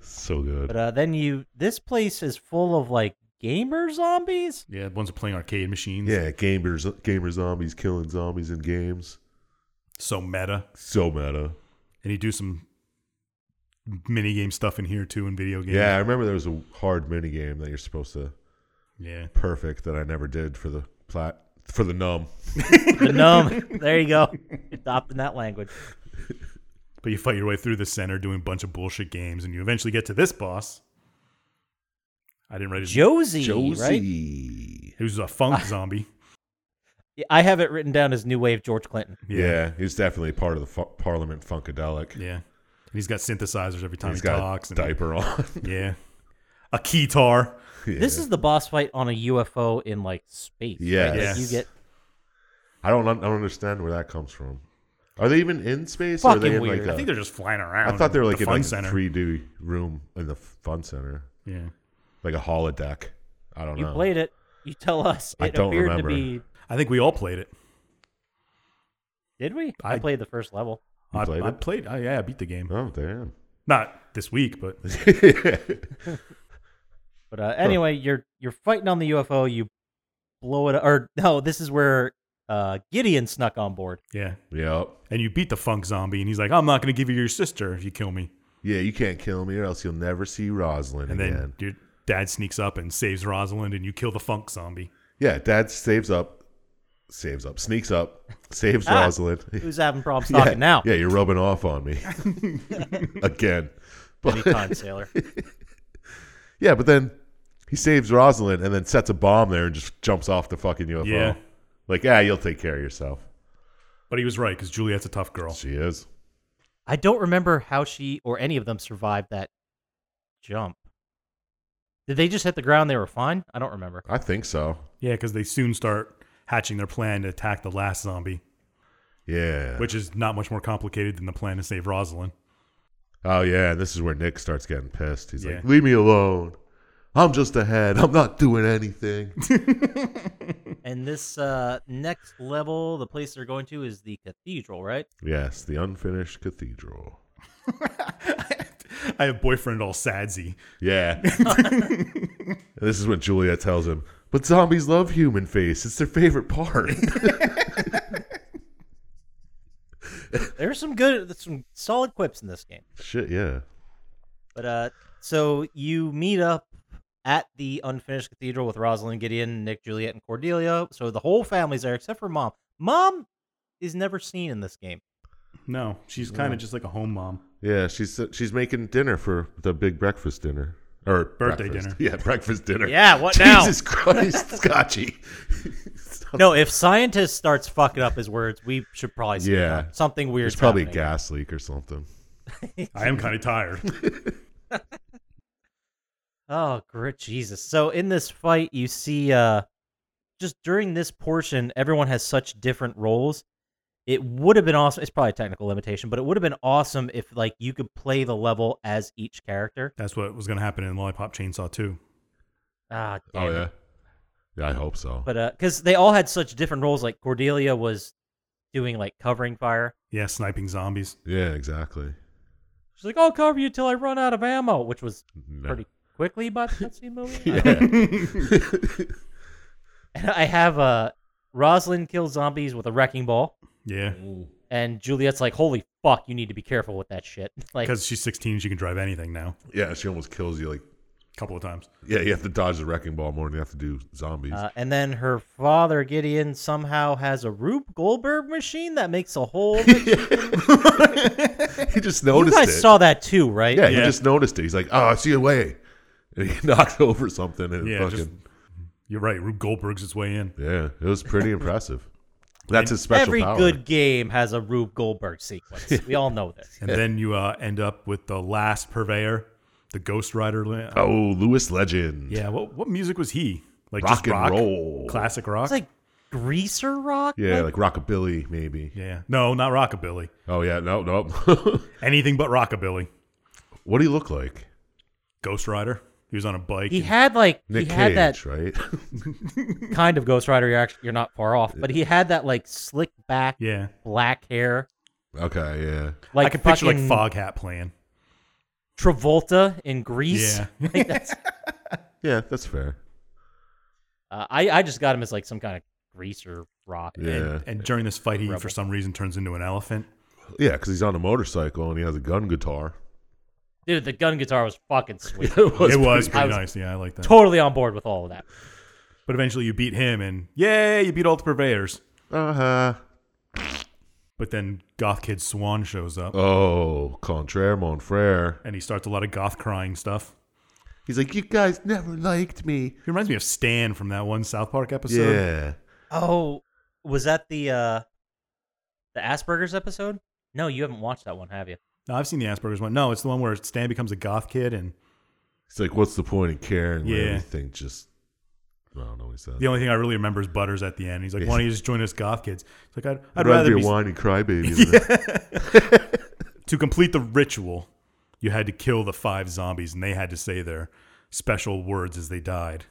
so
But
good.
uh, then you, this place is full of like gamer zombies.
Yeah, the ones that are playing arcade machines.
Yeah, gamers, gamer zombies killing zombies in games.
So meta.
So meta.
And you do some mini game stuff in here too in video games.
Yeah, I remember there was a hard mini game that you're supposed to
Yeah.
perfect that I never did for the plat for the numb.
The numb. there you go, adopting that language.
But you fight your way through the center doing a bunch of bullshit games and you eventually get to this boss. I didn't write his
Josie, right?
Josie.
Who's a
(laughs)
funk zombie.
Yeah, I have it written down as New Wave George Clinton.
Yeah. he's definitely part of the fu- Parliament Funkadelic.
Yeah. And he's got synthesizers every time
he's
he
got
talks.
a
And,
diaper
(laughs)
on. (laughs)
Yeah. A keytar.
This is the boss fight on a UFO in like space. right? Like,
Yes.
you get
I don't un- I don't understand where that comes from. Are they even in space? or are they
Fucking
in
weird.
like
I think
a-
they're just flying around.
Uh, I thought they were
the
like in
fun
like
center.
a three D room in the fun center,
yeah.
like a holodeck. I don't
You
know.
played it. You tell us. It
I don't
appeared
remember.
to be.
I think we all played it.
Did we? I,
I-
played the first level.
You
I
played
I
it?
played. I, yeah, I beat the game.
Oh
(laughs)
damn! (laughs)
Not this week, but
But uh, anyway, you're you're fighting on the UFO. You blow it. Or no, this is where uh, Gideon snuck on board.
yeah.
yep.
And you beat the funk zombie, and he's like, "I'm not going to give you your sister if you kill me."
Yeah, you can't kill me, or else you'll never see Rosalind
And then
again.
your dad sneaks up and saves Rosalind, and you kill the funk zombie.
yeah, Dad saves up, saves up, sneaks up, saves
Ah,
Rosalind.
Who's having
(laughs)
problems
yeah,
talking now?
Yeah, you're rubbing off on me again. But (laughs)
Anytime, sailor.
yeah, but then he saves Rosalind and then sets a bomb there and just jumps off the fucking UFO.
Yeah.
Like, yeah, you'll take care of yourself.
But he was right because Juliet's a tough girl.
She is.
I don't remember how she or any of them survived that jump. Did they just hit the ground? They were fine. I don't remember.
I think so.
Yeah, because they soon start hatching their plan to attack the last zombie,
Yeah.
which is not much more complicated than the plan to save Rosalind. (laughs)
oh yeah, and this is where Nick starts getting pissed. He's like,
Yeah.
"Leave me alone. I'm just ahead. I'm not doing anything."
And this uh, next level, the place they're going to is the cathedral, right?
yes, the unfinished cathedral.
I have boyfriend all sadsy. (laughs)
Yeah. (laughs) this is when Julia tells him, "But zombies love human face. It's their favorite
(laughs)
part."
There's some good, some solid quips in this game.
Shit, yeah.
But uh, so you meet up at the unfinished cathedral with Rosalind, Gideon, Nick, Juliet, and Cordelia. So the whole family's there except for mom. Mom is never seen in this game.
No, she's kind of just like a home mom.
Yeah, she's she's making dinner for the big breakfast dinner or
Birthday
breakfast.
dinner.
(laughs) Yeah, breakfast dinner.
Yeah,
(laughs)
what now?
Jesus
(laughs)
Christ, Scotchy.
No, if scientist starts fucking up his words, we should probably speak
Yeah.
up. something weird.
There's probably a gas leak or something.
I am kind of tired.
Oh, great Jesus! So in this fight, you see, uh, just during this portion, everyone has such different roles. It would have been awesome. It's probably a technical limitation, but it would have been awesome if like you could play the level as each character.
That's what was going to happen in Lollipop Chainsaw 2.
Ah, damn
Oh
it.
yeah. Yeah, I hope so.
but uh because they all had such different roles like cordelia was doing like covering fire
Yeah, sniping zombies.
yeah, exactly.
she's like i'll cover you till i run out of ammo which was
No.
pretty (laughs) quickly by the cutscene movie
(laughs) Yeah.
(laughs)
(laughs)
and i have uh rosalind kills zombies with a wrecking ball
Yeah.
and juliet's like holy fuck you need to be careful with that shit (laughs) like
Because she's 16, she can drive anything now.
yeah, she almost kills you like
a couple of times.
Yeah, you have to dodge the wrecking ball more than you have to do zombies.
Uh, and then her father, Gideon, somehow has a Rube Goldberg machine that makes a
(laughs)
whole. you
he just noticed
guys
it.
saw that too, right?
yeah, he
Yeah.
just noticed it. He's like, "Oh, I see a way," and he (laughs) knocked over something and it
Yeah,
fucking
just- You're right. Rube Goldberg's its way in.
yeah. It was pretty impressive. That's his special
Every
power.
good game has a Rube
(laughs)
Goldberg sequence. we all know this.
And then you uh, end up with the last purveyor, the Ghost Rider. la-
oh, Lewis Legend.
Yeah, what what music was he? Like
rock
just
and
rock,
roll.
classic rock.
It's like Greaser Rock.
Yeah, like rockabilly maybe.
yeah, no, not rockabilly.
Oh yeah, no, (laughs) no.
Anything but rockabilly.
what do he look like?
Ghost Rider. He was on a bike.
He
and-
had like
Nick
he
Cage,
had that
right? (laughs)
kind of Ghost Rider. You're actually you're not far off, but he had that like slick back,
yeah,
black hair,
okay, yeah.
like
I can picture like
fucking
fog hat playing.
Travolta in Greece.
Yeah,
(laughs) Like, that's,
Yeah, that's fair.
uh, I I just got him as like some kind of Greaser Rock.
Yeah.
And, and during this fight, he
Rebel.
for some reason turns into an elephant.
Yeah, because he's on a motorcycle and he has a gun guitar.
Dude, the gun guitar was fucking sweet.
it
it was
pretty- I
pretty
was-
nice. Yeah, I like that.
totally on board with all of that.
But eventually, you beat him, and yay, you beat all the purveyors.
Uh huh.
But then Goth Kid Swan shows up,
Oh, contraire mon frere.
and he starts a lot of goth crying stuff.
He's like, you guys never liked me.
He reminds me of Stan from that one South Park episode.
Yeah.
Oh, was that the uh the Asperger's episode? No, you haven't watched that one, have you?
No, I've seen the Asperger's one. No, it's the one where Stan becomes a goth kid, and
He's like, what's the point in caring when
Yeah.
everything just. I don't know what he said.
the only thing I really remember is Butters at the end. He's like, "Why don't you just join us, goth kids?" It's like, "I'd, I'd rather be."
a whiny crybaby.
(laughs)
than-
To complete the ritual, you had to kill the five zombies, and they had to say their special words as they died,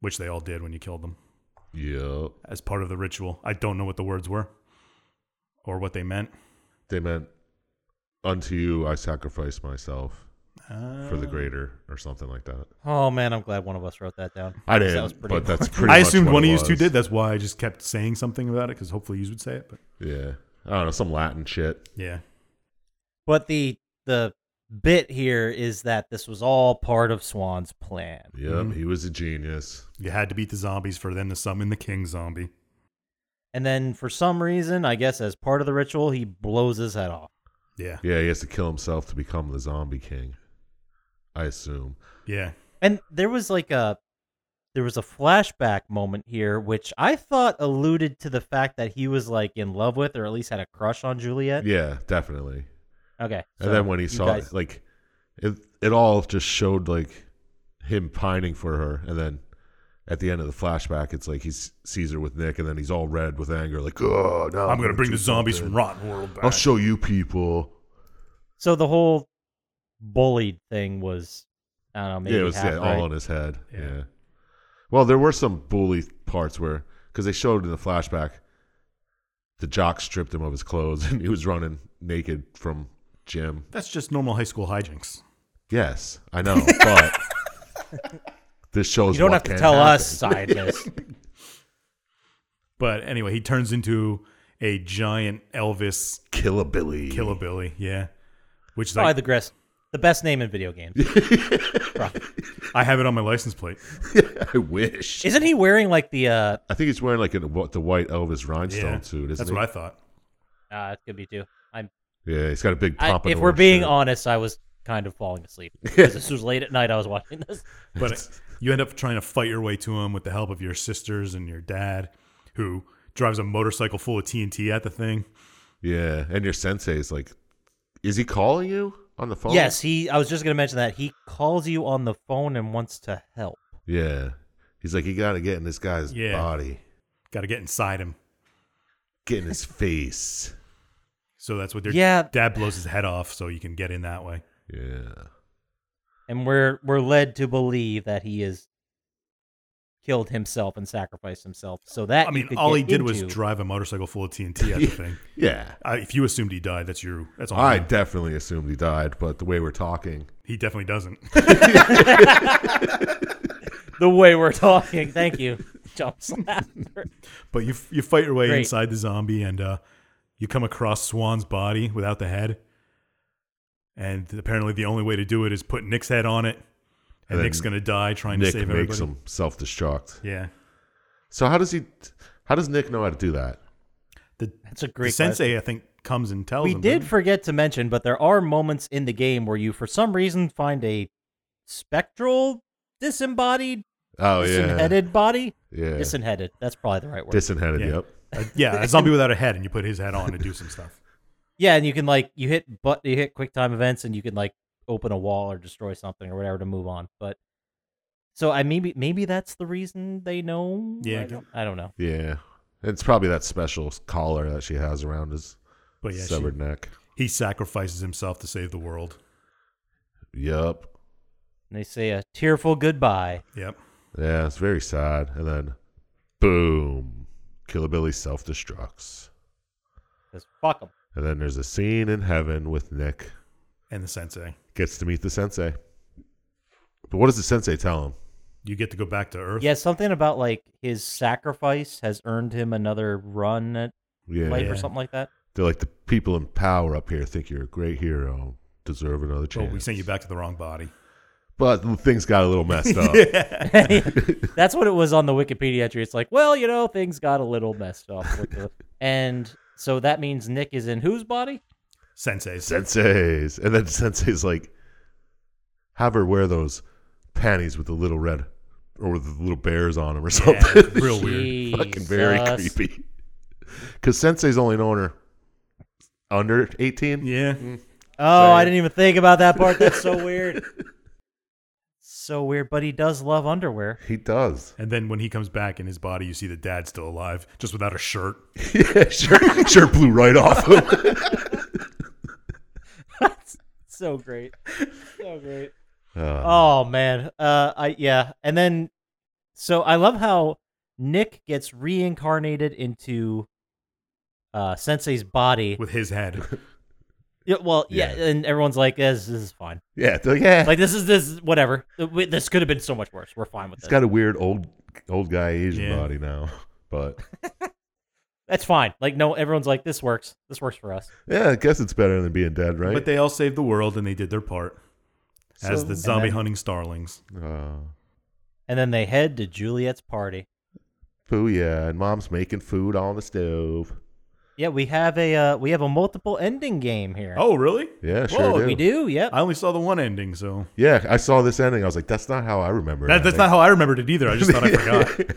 which they all did when you killed them
Yup.
as part of the ritual. I don't know what the words were or what they meant.
They meant, unto you I sacrifice myself
Uh,
for the greater, or something like that.
Oh man, I'm glad one of us wrote that down.
I
That
didn't,
was pretty
but that's pretty
I
much
assumed
what
one
it
of you two
was.
did. That's why I just kept saying something about it because hopefully you would say it. But
Yeah. I don't know, some Latin shit.
yeah,
But the the bit here is that this was all part of Swan's plan.
Yep.
Mm-hmm.
He was a genius.
you had to beat the zombies for them to summon the king zombie.
And then for some reason, I guess as part of the ritual, he blows his head off.
Yeah,
Yeah, he has to kill himself to become the zombie king. I assume.
yeah.
And there was like a there was a flashback moment here which I thought alluded to the fact that he was like in love with or at least had a crush on Juliet.
Yeah, definitely.
Okay.
and then when he saw
it.
it, like it, it all just showed like him pining for her, and then at the end of the flashback, it's like he sees her with Nick, and then he's all red with anger, like, "Oh no,
I'm gonna bring
do
the zombies
something.
from Rotten World back.
I'll show you people."
So the whole bullied thing was, I don't know, maybe
yeah, it was
half,
yeah,
right?
all in his head. Yeah.
Yeah.
Well, there were some bully parts where because they showed in the flashback, the jock stripped him of his clothes, (laughs) and he was running naked from gym.
That's just normal high school hijinks.
Yes, I know,
(laughs)
but this shows
You don't
what
have to
can
tell
happen. (laughs)
us, scientists.
But anyway, he turns into a giant Elvis
Killer Billy.
Killabilly. Yeah. Which
Oh,
is
Probably
like,
the best, the best name in video games. Probably.
I have it on my license plate.
(laughs) I wish.
Isn't he wearing like the? uh
I think he's wearing like an, what, the white Elvis rhinestone
Yeah,
suit. Isn't
That's
he?
what I thought.
uh It could be too. I'm.
yeah, he's got a big
I,
pompadour.
if we're being
shirt.
honest, I was kind of
(laughs)
falling asleep because this was late at night. I was watching this.
But you end up trying to fight your way to him with the help of your sisters and your dad, who drives a motorcycle full of TNT at the thing.
yeah, and your sensei is like, is he calling you on the phone?
Yes, he. I was just gonna mention that he calls you on the phone and wants to help.
Yeah, he's like, you got to get in this guy's
Yeah.
body,
Got to get inside him.
get in
(laughs)
his face.
So that's what they're.
Yeah.
Dad blows his head off so you can get in that way.
Yeah,
and we're we're led to believe that he has killed himself and sacrificed himself. So that
I
you
mean,
could
all
get
he did was
into.
drive a motorcycle full
(laughs)
of TNT at the thing.
yeah.
I, if you assumed he died, that's your. That's on
I
him.
definitely assumed he died, but the way we're talking,
He definitely doesn't. (laughs)
the way we're talking. Thank you, (laughs) jump slapper.
But you you fight your way
Great.
inside the zombie, and uh, you come across Swan's body without the head. And apparently, the only way to do it is put Nick's head on it, and,
then
Nick's gonna die trying
Nick
to save
makes
everybody.
him self destruct.
Yeah,
So how does he? How does Nick know how to do that?
the,
That's a
the
great question.
sensei I think comes and tells
We
him.
did
doesn't
forget to mention, but there are moments in the game where you, for some reason, find a spectral disembodied,
Oh yeah,
disenheaded body.
yeah,
Disenheaded. That's probably the right word.
disenheaded.
Yeah.
Yep.
he? Uh,
(laughs)
yeah, a zombie without a head, and you put his head on to do some stuff.
yeah, and you can like you hit but you hit quick time events, and you can like open a wall or destroy something or whatever to move on. But so I maybe maybe that's the reason they know.
Yeah,
I don't, I don't know.
Yeah, it's probably that special collar that she has around his
But Oh, yeah, she-
severed neck.
he sacrifices himself to save the world.
Yep.
And they say a tearful goodbye.
Yep.
Yeah, it's very sad. And then, boom, Killer Billy self destructs.
Because fuck them.
And then there's a scene in heaven with Nick
And the sensei,
gets to meet the sensei. But what does the sensei tell him?
you get to go back to Earth.
Yeah, something about like his sacrifice has earned him another run at
Yeah,
life
Yeah.
or something like that.
they're like the people in power up here think you're a great hero, deserve another
Well,
chance.
we sent you back to the wrong body.
But things got a little
(laughs)
messed up.
(laughs) That's what it was on the Wikipedia entry. It's like, well, you know, things got a little messed up. With the... and so that means Nick is in whose body?
Sensei.
Sensei's, and then (laughs) sensei's like, have her wear those panties with the little red or with the little bears on them or something. (laughs)
Yeah,
(laughs)
real weird.
fucking very
Jesus.
creepy. Because Sensei's only known her under 18.
Yeah.
Oh, I didn't even think about that part. That's so weird. so weird, but he does love underwear.
He does. (laughs)
And then when he comes back in his body, you see the dad's still alive, just without a shirt.
Yeah, sure. (laughs) sure blew right off him.
(laughs)
(laughs)
So great. So great.
Uh,
Oh man. Uh I yeah. And then so I love how Nick gets reincarnated into uh Sensei's body.
with
(laughs)
his head.
Yeah, well, yeah,
Yeah.
and everyone's like this this is fine.
yeah, they're like, yeah.
Like this is this is whatever. Uh, We- This could have been so much worse. We're fine with
He's
this.
got a weird old old guy Asian
Yeah.
body now. (laughs) But
That's fine. Like no everyone's like this works. This works for us.
yeah, I guess it's better than being dead, right?
But they all saved the world and they did their part as
So-
the zombie
then-
hunting starlings.
uh,
And then they head to Juliet's party.
booyah. And mom's making food on the stove.
Yeah, we have a uh, we have a multiple ending game here.
Oh, really?
Yeah, sure.
Whoa,
do.
we do. Yep.
I only saw the one ending, so
Yeah, I saw this ending. I was like, that's not how I remember
that, that's not how I remembered it either. I just
(laughs)
thought I forgot.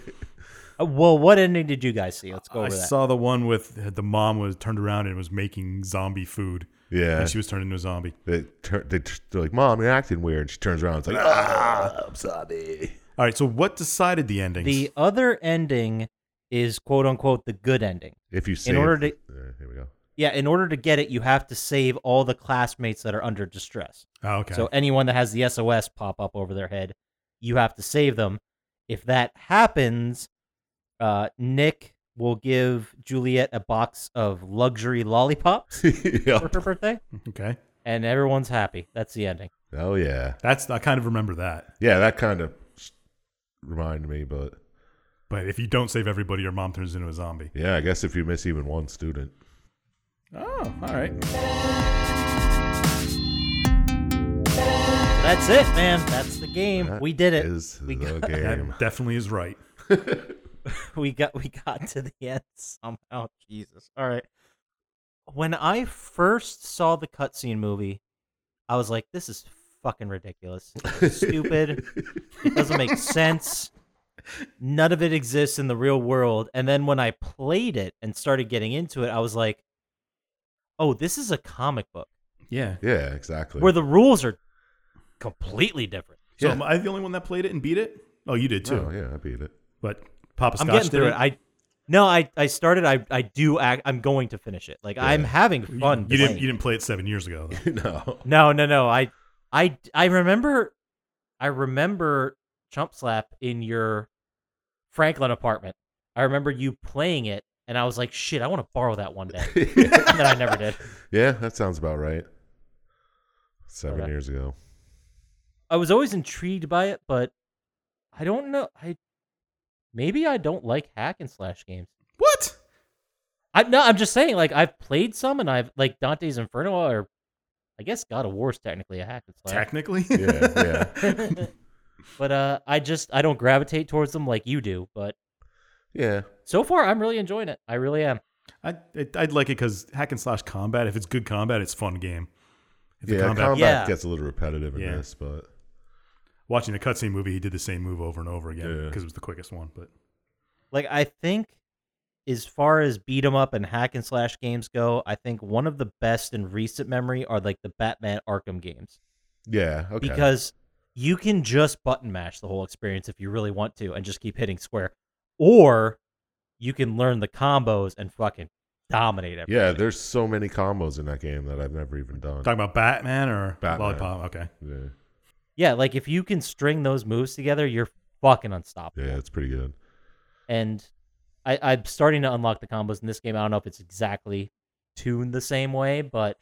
Uh, well, what ending did you guys see? Let's go
I
over that.
saw the one with the mom was turned around and was making zombie food,
(laughs) Yeah.
and she was turned into a zombie.
They tur- they t- they're like, Mom, you're acting weird. And she turns around and it's like, Ah, I'm sorry.
All right, so what decided the endings?
The other ending is quote unquote the good ending.
If you save,
order to-
Yeah, here we go.
Yeah, in order to get it, you have to save all the classmates that are under distress.
oh, okay.
So anyone that has the SOS pop up over their head, you have to save them. If that happens, uh, Nick will give Juliet a box of luxury
(laughs)
lollipops for
(laughs) Yep.
her birthday,
okay,
and everyone's happy. That's the ending.
Oh yeah,
that's I kind of remember that.
yeah. That kind of reminded me, but
But if you don't save everybody, your mom turns into a zombie.
yeah, I guess if you miss even one student,
Oh, all right.
That's it, man. That's the game.
that
we did it.
Is
We
the
got-
game?
That definitely is right.
(laughs) we got we got to the end (laughs) somehow. Jesus. All right. When I first saw the cutscene movie, I was like, "This is fucking ridiculous.
(laughs)
It's stupid. it doesn't make sense. None of it exists in the real world." And then when I played it and started getting into it, I was like, "Oh, this is a comic book
Yeah.
yeah, exactly.
where the rules are completely different."
So
Yeah.
am I the only one that played it and beat it? Oh, you did too.
oh, yeah, I beat it.
But Papa
I'm
Scotch
getting
did
through it. I no, I I started. I I do. Act, I'm going to finish it. Like I'm
Yeah.
having
You-
fun.
You didn't.
playing.
You didn't play it seven years ago.
(laughs)
Though.
no,
No, no, no. I, I, I remember, I remember Chump Slap in your Franklin apartment. I remember you playing it, and I was like, "Shit, I want to borrow that
(laughs)
one day." (laughs)
(laughs)
and then I never did.
yeah, that sounds about right. Seven
Okay.
years ago.
I was always intrigued by it, but I don't know. I maybe I don't like hack and slash games.
What?
I no, I'm just saying. Like I've played some, and I've like Dante's Inferno, or I guess God of War's technically a hack and slash.
Technically.
Yeah, yeah.
But uh, I just I don't gravitate towards them like you do. But
Yeah.
so far, I'm really enjoying it. I really am.
(laughs) I, I'd, I'd like it because hack and slash combat. If it's good combat, it's fun game. If the
Yeah, combat,
combat,
Yeah.
gets a little repetitive in
Yeah.
this, but
watching the cutscene movie, he did the same move over and over again
Yeah.
because it was the quickest one. But
Like I think, as far as beat 'em up and hack and slash games go, I think one of the best in recent memory are like the Batman Arkham games.
yeah, okay.
because you can just button mash the whole experience if you really want to and just keep hitting square or you can learn the combos and fucking dominate everything.
yeah, there's so many combos in that game that I've never even done.
talking about Batman or
Batman.
Lollipop, okay.
Yeah,
Yeah, like if you can string those moves together, you're fucking unstoppable.
yeah, it's pretty good.
And I, I'm starting to unlock the combos in this game. I don't know if it's exactly tuned the same way, but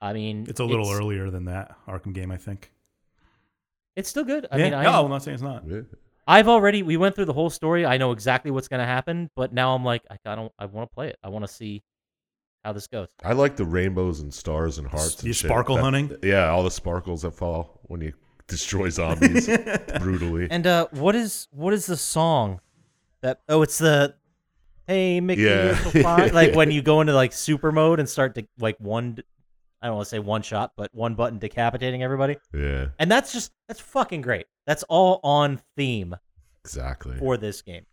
I mean,
It's a little earlier than that Arkham game, I think.
It's still good. I
yeah.
mean, I
no, I'm not saying it's not.
Yeah.
I've already we went through the whole story. I know exactly what's going to happen, but now I'm like I don't I want to play it. I want to see how this goes.
I like the rainbows and stars and hearts.
S-
and
you
shit.
sparkle
That-
hunting?
Yeah, all the sparkles that fall when you (laughs) destroy
(laughs)
zombies brutally.
And uh what is what is the song that oh it's the Hey Mickey
Yeah.
Little Fox," like when you go into like super mode and start to like one I don't want to say one shot, but one button decapitating everybody.
yeah,
And that's just that's fucking great. That's all on theme
exactly.
for this game.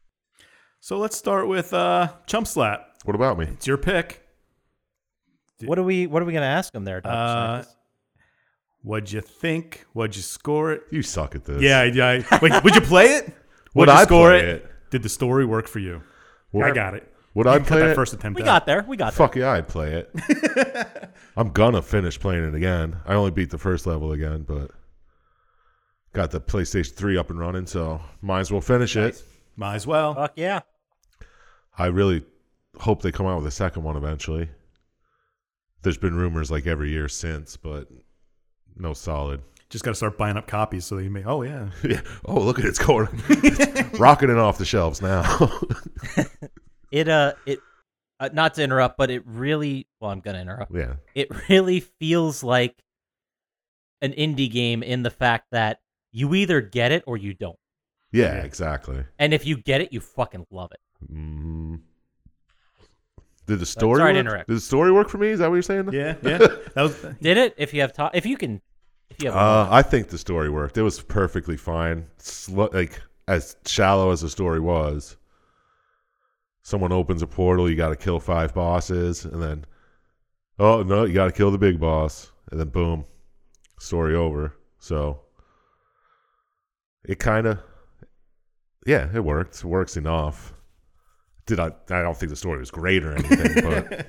So let's start with uh, Chump Slap.
What about me?
It's your pick. Dude.
What are we what are we going to ask them there, Dr.
Uh,
Scientist?
What'd you think? What'd you score it?
You suck at this.
Yeah, yeah. I- Wait, would you play it?
(laughs) Would
What'd you
I
score
play
it? Did the story work for you? I got it.
Would
You
I
can cut
play
that
it?
first attempt?
We
out.
got there. We got there.
Fuck yeah, I'd play it.
(laughs)
I'm gonna finish playing it again. I only beat the first level again, but got the PlayStation 3 up and running, so might as well finish it.
Might as well.
Fuck yeah.
I really hope they come out with a second one eventually. There's been rumors like every year since, but no solid. (laughs)
Just got to start buying up copies so that you may. Oh
(laughs)
yeah.
Yeah. Oh, look at it, it's going, (laughs) it's rocketing off the shelves now. (laughs)
it uh it uh, not to interrupt but it really well i'm gonna interrupt
yeah,
it (laughs) really feels like an indie game in the fact that you either get it or you don't
yeah, exactly.
and if you get it you fucking love it
hmm Did the story?
sorry to
work?
interrupt.
Did the story work for me? Is that what you're saying?
Yeah. Yeah. That was.
did it if you have time if you can if you have
Uh, I think the story worked. It was perfectly fine. Sl- like as shallow as the story was. Someone opens a portal. You got to kill five bosses, and then oh no, you got to kill the big boss, and then boom, story over. So it kind of yeah, it worked. It works enough. Did I? I don't think the story was great or anything, but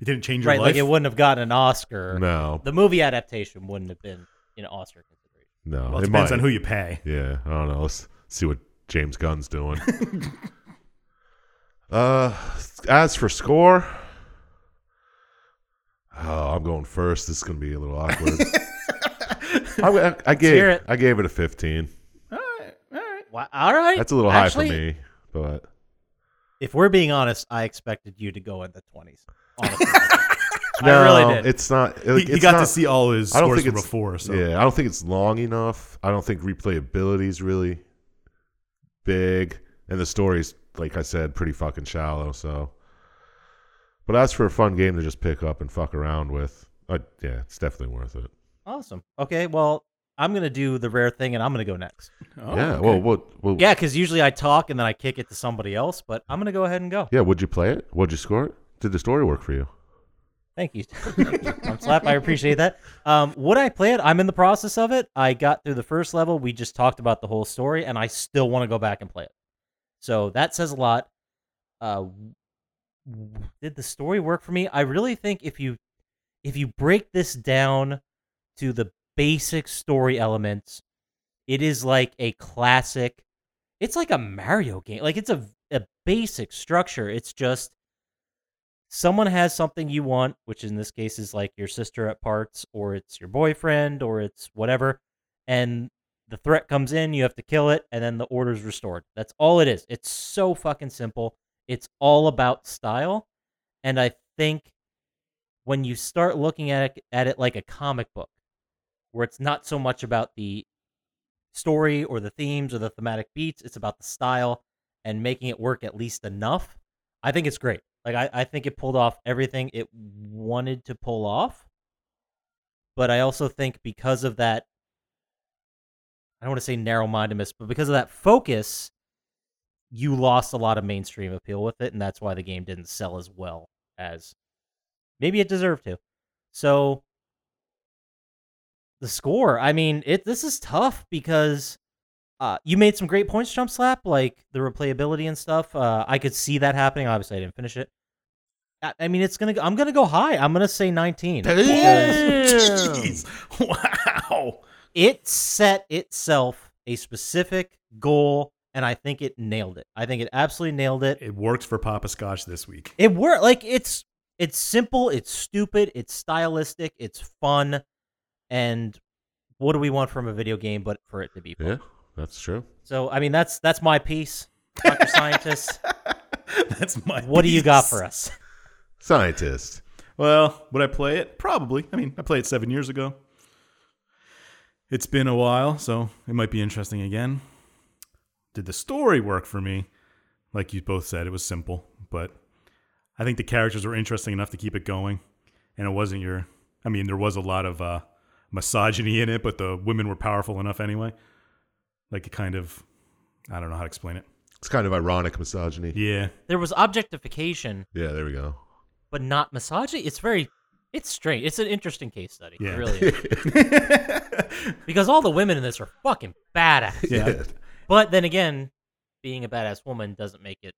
You didn't change your
right
life.
like it wouldn't have gotten an oscar
no,
the movie adaptation wouldn't have been an oscar consideration
no.
well, it
it
depends
might.
on who you pay.
Yeah, I don't know. Let's see what James Gunn's doing. uh, as for score, oh, I'm going first. This is gonna be a little awkward. I, I- I
hear
gave
it.
I gave it a 15.
Wha- all right
That's a little
Actually,
high for me, but
if we're being honest i expected you to go in the 20s honestly
(laughs)
i really did
It's not. It,
He, he
it's
got to
not-
see all his
I don't
scores
think
from
it's-
before. So
Yeah, I don't think it's long enough. I don't think replayability is really big, and the story's like I said, pretty fucking shallow. So, but as for a fun game to just pick up and fuck around with, I, yeah, it's definitely worth it.
Awesome. Okay, well, I'm gonna do the rare thing, and I'm gonna go next.
Oh,
yeah.
okay.
Well, what? Well, yeah.
Yeah, because usually I talk and then I kick it to somebody else, but I'm gonna go ahead and go.
Would you play it? Would you score it? Did the story work for you?
Thank you, Tom Slap. I appreciate that. Um, would I play it? I'm in the process of it. I got through the first level. We just talked about the whole story, and I still want to go back and play it. So that says a lot. Uh, w- did the story work for me? I really think if you if you break this down to the basic story elements, it is like a classic. It's like a Mario game. Like it's a a basic structure. It's just someone has something you want, which in this case is like your sister at parts, or it's your boyfriend, or it's whatever, and the threat comes in, you have to kill it, and then the order's restored. That's all it is. It's so fucking simple. It's all about style. And I think when you start looking at it, at it like a comic book, where it's not so much about the story or the themes or the thematic beats. It's about the style and making it work at least enough. I think it's great. Like I, I think it pulled off everything it wanted to pull off. But I also think because of that I don't want to say narrow mindedness, but because of that focus, you lost a lot of mainstream appeal with it, and that's why the game didn't sell as well as maybe it deserved to. So the score, I mean, it this is tough because uh, you made some great points, Jump Slap, like the replayability and stuff. Uh, I could see that happening. Obviously, I didn't finish it. I, I mean, it's gonna. I'm gonna go high. I'm gonna say 19. because-
Jeez. (laughs) Wow.
it set itself a specific goal and i think it nailed it i think it absolutely nailed it
It worked for Papa Scotch this week. (laughs)
it worked like it's it's simple it's stupid it's stylistic it's fun and what do we want from a video game but for it to be fun
Yeah, that's true.
so i mean that's that's my piece (laughs) dr scientist
That's my.
what do you got
piece.
for us
Scientist.
Well, would I play it? Probably. I mean, I played it seven years ago. It's been a while, so it might be interesting again. Did the story work for me? Like you both said, it was simple, but I think the characters were interesting enough to keep it going. And it wasn't your. I mean, there was a lot of uh, misogyny in it, but the women were powerful enough anyway. Like a kind of. I don't know how to explain it.
It's kind of ironic misogyny.
Yeah.
there was objectification
Yeah, there we go.
but not misogyny it's very it's strange it's an interesting case study
(laughs) Yeah.
it really
(laughs)
is because all the women in this are fucking badass
Yeah.
But then again, being a badass woman doesn't make it.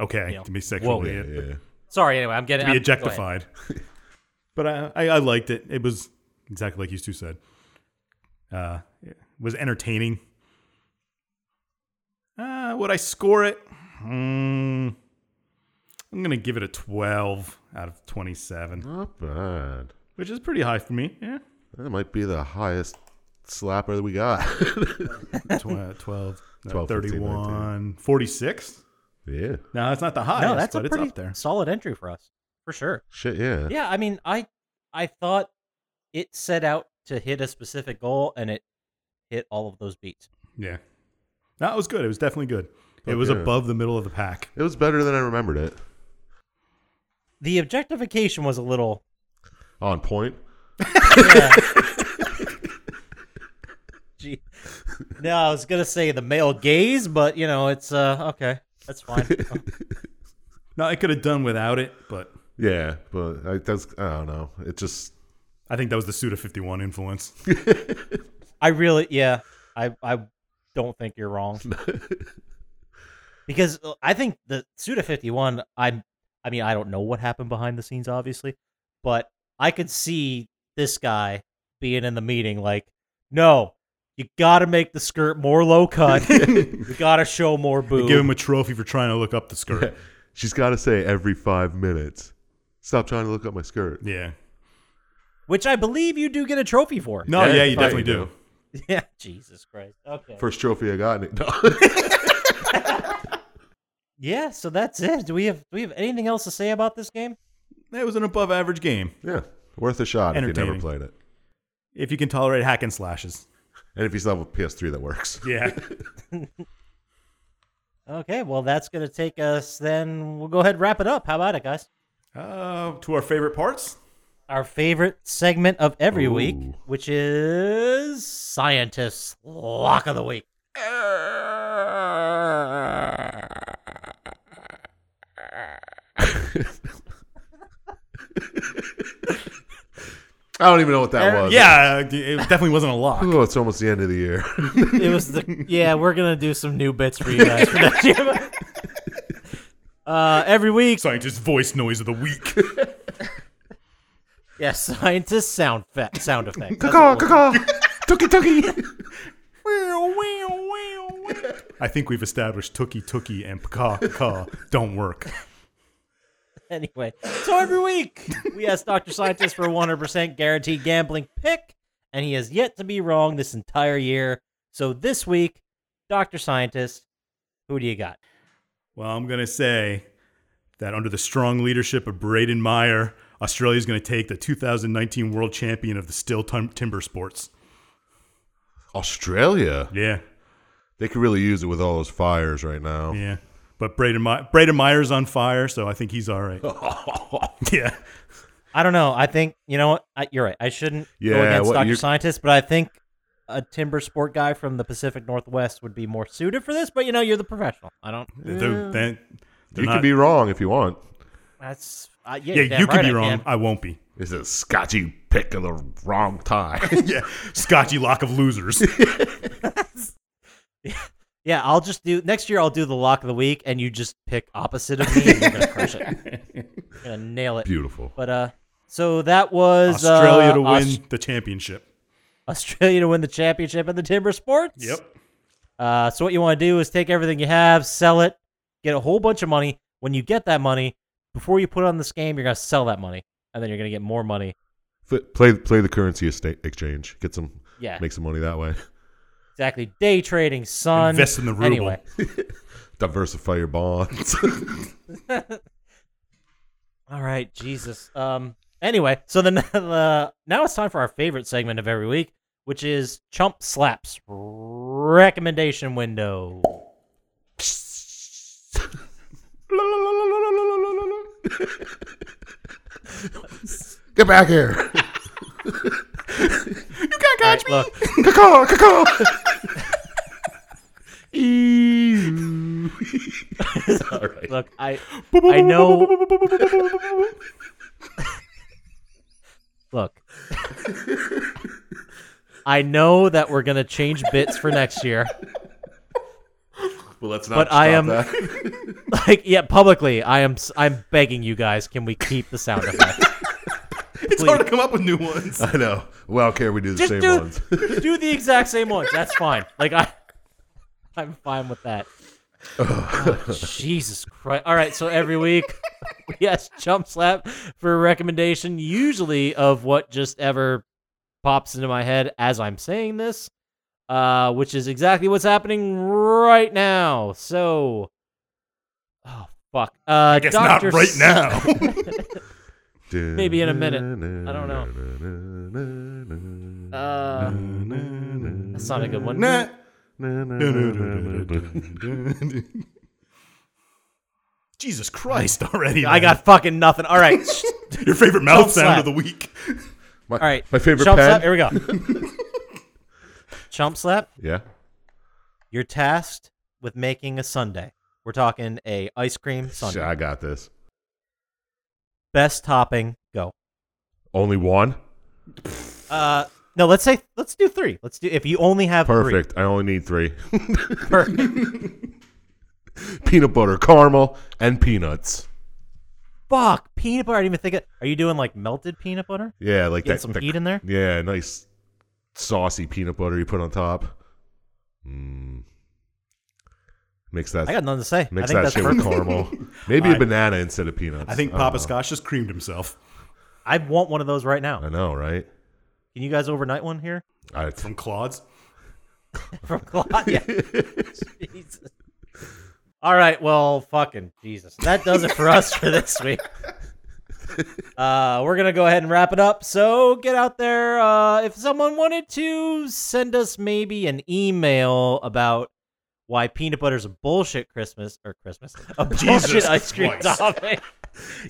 Okay.
Yeah.
To be sexually.
Yeah, yeah.
Sorry, anyway, I'm getting
to be
I'm- go ahead.
objectified. (laughs) but I, I, I liked it. It was exactly like you two said. Uh, it was entertaining. Uh, would I score it? Hmm. I'm gonna give it a 12 out of 27,
Not bad.
which is pretty high for me. Yeah,
That might be the highest slapper that we got. (laughs)
(laughs)
Tw- 12, no,
12, 15,
31, 46.
yeah.
No, it's not the highest,
No, that's
but
a pretty
it's up there.
solid entry for us, for sure.
Shit, yeah.
Yeah, I mean, I I thought it set out to hit a specific goal, and it hit all of those beats.
Yeah, no, it was good. It was definitely good. It
Fuck
was
yeah.
above the middle of the pack.
It was better than I remembered it.
The objectification was a little.
On point.
Yeah. (laughs) Gee. No, I was gonna say the male gaze, but you know, it's uh okay, that's
(laughs)
fine.
No, I could have done without it, but
Yeah, but I, that's, I don't know. It just, (laughs)
I think that was the Suda 51 influence. (laughs)
I really, yeah, I I don't think you're
(laughs)
wrong because uh, I think the Suda Fifty One. I I mean, I don't know what happened behind the scenes, obviously, but I could see this guy being in the meeting like, no, you got to make the skirt more low cut.
(laughs)
we got to show more boob.
Give him a trophy for trying to look up the skirt.
she's got to say every five minutes, stop trying to look up my skirt.
(laughs) yeah.
which I believe you do get a trophy for.
No,
Yeah,
yeah, you
fuck
definitely
you
do.
(laughs) Yeah, Jesus Christ. Okay.
First trophy I got. And it, (laughs) no.
yeah, so that's it. Do we have do we have anything else to say about this game?
It was an above average game.
yeah, worth a shot if you never
Entertaining.
played it.
If you can tolerate hack and slashes.
And if you still have a PS3 that works.
(laughs) Yeah.
Okay, well, that's going to take us then. We'll go ahead and wrap it up. How about it, guys?
(laughs) uh, to our favorite parts.
Our favorite segment of every week,
Ooh.
which is Scientist's Lock of the Week.
I don't even know what that
Uh,
was.
Yeah, it definitely wasn't a lock. (laughs)
Oh, it's almost the end of the year.
(laughs) It was the yeah. We're gonna do some new bits for you guys for next year. (laughs) Uh, every week,
Scientist voice noise of the (laughs) week.
yes, (laughs) scientist sound fe- sound effect. That's
caw,
what we'll-
caw, caw. Tookie, tookie.
I think we've established Tookie Tookie and Paka Paka don't work.
(laughs) Anyway, so every week we ask Dr. Scientist for a 100% guaranteed gambling pick, and he has yet to be wrong this entire year. So this week, Dr. Scientist, who do you got?
Well, I'm going to say that under the strong leadership of Braden Meyer, Australia's going to take the 2019 world champion of the still tim- timber sports.
Australia.
Yeah,
They could really use it with all those fires right now.
yeah. But Braden, My- Braden Meyer's on fire, so I think he's
(laughs)
all right. yeah,
I don't know. I think you know what I, you're right. I shouldn't go
Yeah,
against
what
Doctor
you're-
Scientist, but I think a timber sport guy from the Pacific Northwest would be more suited for this. But you know, you're the professional. I don't.
They're- they're- they're
You
not-
could be wrong if you want.
That's uh, yeah.
Yeah,
you're damn
you could
right
be
I
wrong.
can.
I won't
(laughs)
be.
It's a scotchy pick of the wrong
(laughs)
tie.
yeah, Scotchy lock of
(laughs)
losers.
uh, Yeah, I'll just do next year. I'll do the lock of the week, and you just pick opposite of me. and you're gonna crush it. You're gonna nail it.
Beautiful.
But uh, so that was uh,
Australia to win
Aus-
the championship.
Australia to win the championship in the timber sports. Uh, so what you want to do is take everything you have, sell it, get a whole bunch of money. When you get that money, before you put on this game, you're gonna sell that money, and then you're gonna get more money.
F- play play the currency estate exchange. Get some
Yeah,
make some money that way.
exactly. Day trading, son.
Invest in the ruble.
Anyway,
Diversify your bonds. (laughs)
all right, Jesus. Um. Anyway, so then (laughs) the now it's time for our favorite segment of every week, which is Chump Slaps recommendation window.
(laughs) Get back here.
All right, look,
Caw-caw, caw-caw. Ew. (laughs) All right.
look, I I know. Look, I know that we're gonna change bits for next year.
Well, let's not.
But
stop
I am- (laughs)
that.
Like, yeah, publicly, I am. s- I'm begging you guys. Can we keep the sound effect?
(laughs)
It's hard to come up with new ones.
I know. Well, can we do the
Just
same
do, (laughs)
ones? (laughs)
do the exact same ones. That's fine. Like I, I'm fine with that. Oh, Jesus Christ! All right, so every week (laughs) we ask Jump Slap for a recommendation, usually of what just ever pops into my head as I'm saying this, uh, which is exactly what's happening right now. So, oh fuck, uh,
It's not
Doctor
right now.
Maybe in a
minute.
I don't
know. (laughs)
Uh, that's not a good one.
Nah. (laughs) Jesus Christ already.
I
man.
got fucking nothing. All right.
your favorite mouth
Chump
sound
slap.
of the week.
My,
All right.
(laughs) My favorite
Chump
pen.
slap. Here we go. Chump slap.
Yeah.
You're tasked with making a sundae. We're talking a ice cream sundae.
Shit, I got this.
Best topping. Go.
Only one.
Uh, no. Let's say let's do three. Let's do if you only have
Perfect. I only need three: (laughs)
Three, perfect.
peanut butter, caramel, and peanuts.
Fuck peanut butter. I didn't even think of. Are you doing like melted peanut butter?
Yeah, like
Get
that.
some
the-
heat in there.
Yeah, nice saucy peanut butter you put on top. Mm. Mix that.
I got nothing to say. I
mix
think
that
that's
shit with
perfect. (laughs)
caramel. Maybe a
I-
banana instead of peanuts.
I think
don't
Papa
know.
Scotch just creamed himself.
I want one of those right now.
I know, right?
Can you guys overnight one here (laughs)
I,
From Claude's.
from Claudia? Jesus. All right, well, fucking Jesus. That does it for us for this
(laughs)
week. Uh, we're gonna go ahead and wrap it up. So get out there. Uh, if someone wanted to send us maybe an email about why peanut butter's a bullshit Christmas or Christmas,
(laughs)
a bullshit
Jesus
ice cream
Christ.
topping.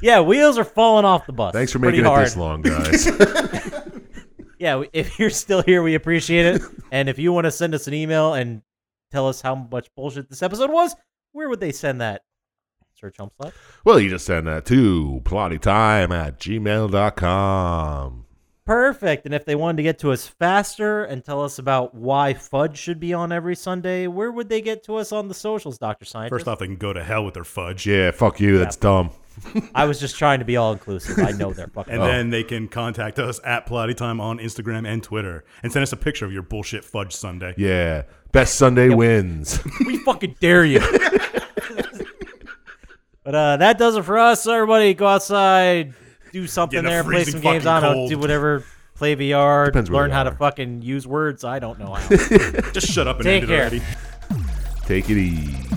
yeah, wheels are falling off the bus.
(laughs) thanks for
Pretty
making it
hard.
this long, guys.
(laughs) Yeah, we- (laughs) if you're still here, we appreciate it. and if you want to send us an email and tell us how much bullshit this episode was, where would they send that? Sir Chumpslap?
well, you just send that to plottytime at gmail.com.
Perfect. And if they wanted to get to us faster and tell us about why fudge should be on every Sunday, where would they get to us on the socials, Dr. Scientist?
First off, they can go to hell with their fudge.
Yeah, fuck you. That's dumb.
I was just trying to be all inclusive. I
(laughs)
know they're fucking
And then they can contact us at Plotty Time on Instagram and Twitter and send us a picture of your bullshit fudge Sunday.
Yeah. Best Sunday wins.
We fucking dare you. (laughs) but uh, that does it for us. Everybody, go outside, do something
Get in a
there, play
freezing
some games. I
fucking
don't know,
cold.
do whatever, play VR,
Depends where
learn
you
how to
are. (laughs)
fucking use words. I don't know how.
Just shut up and
Take
end it
care.
already.
Take it easy.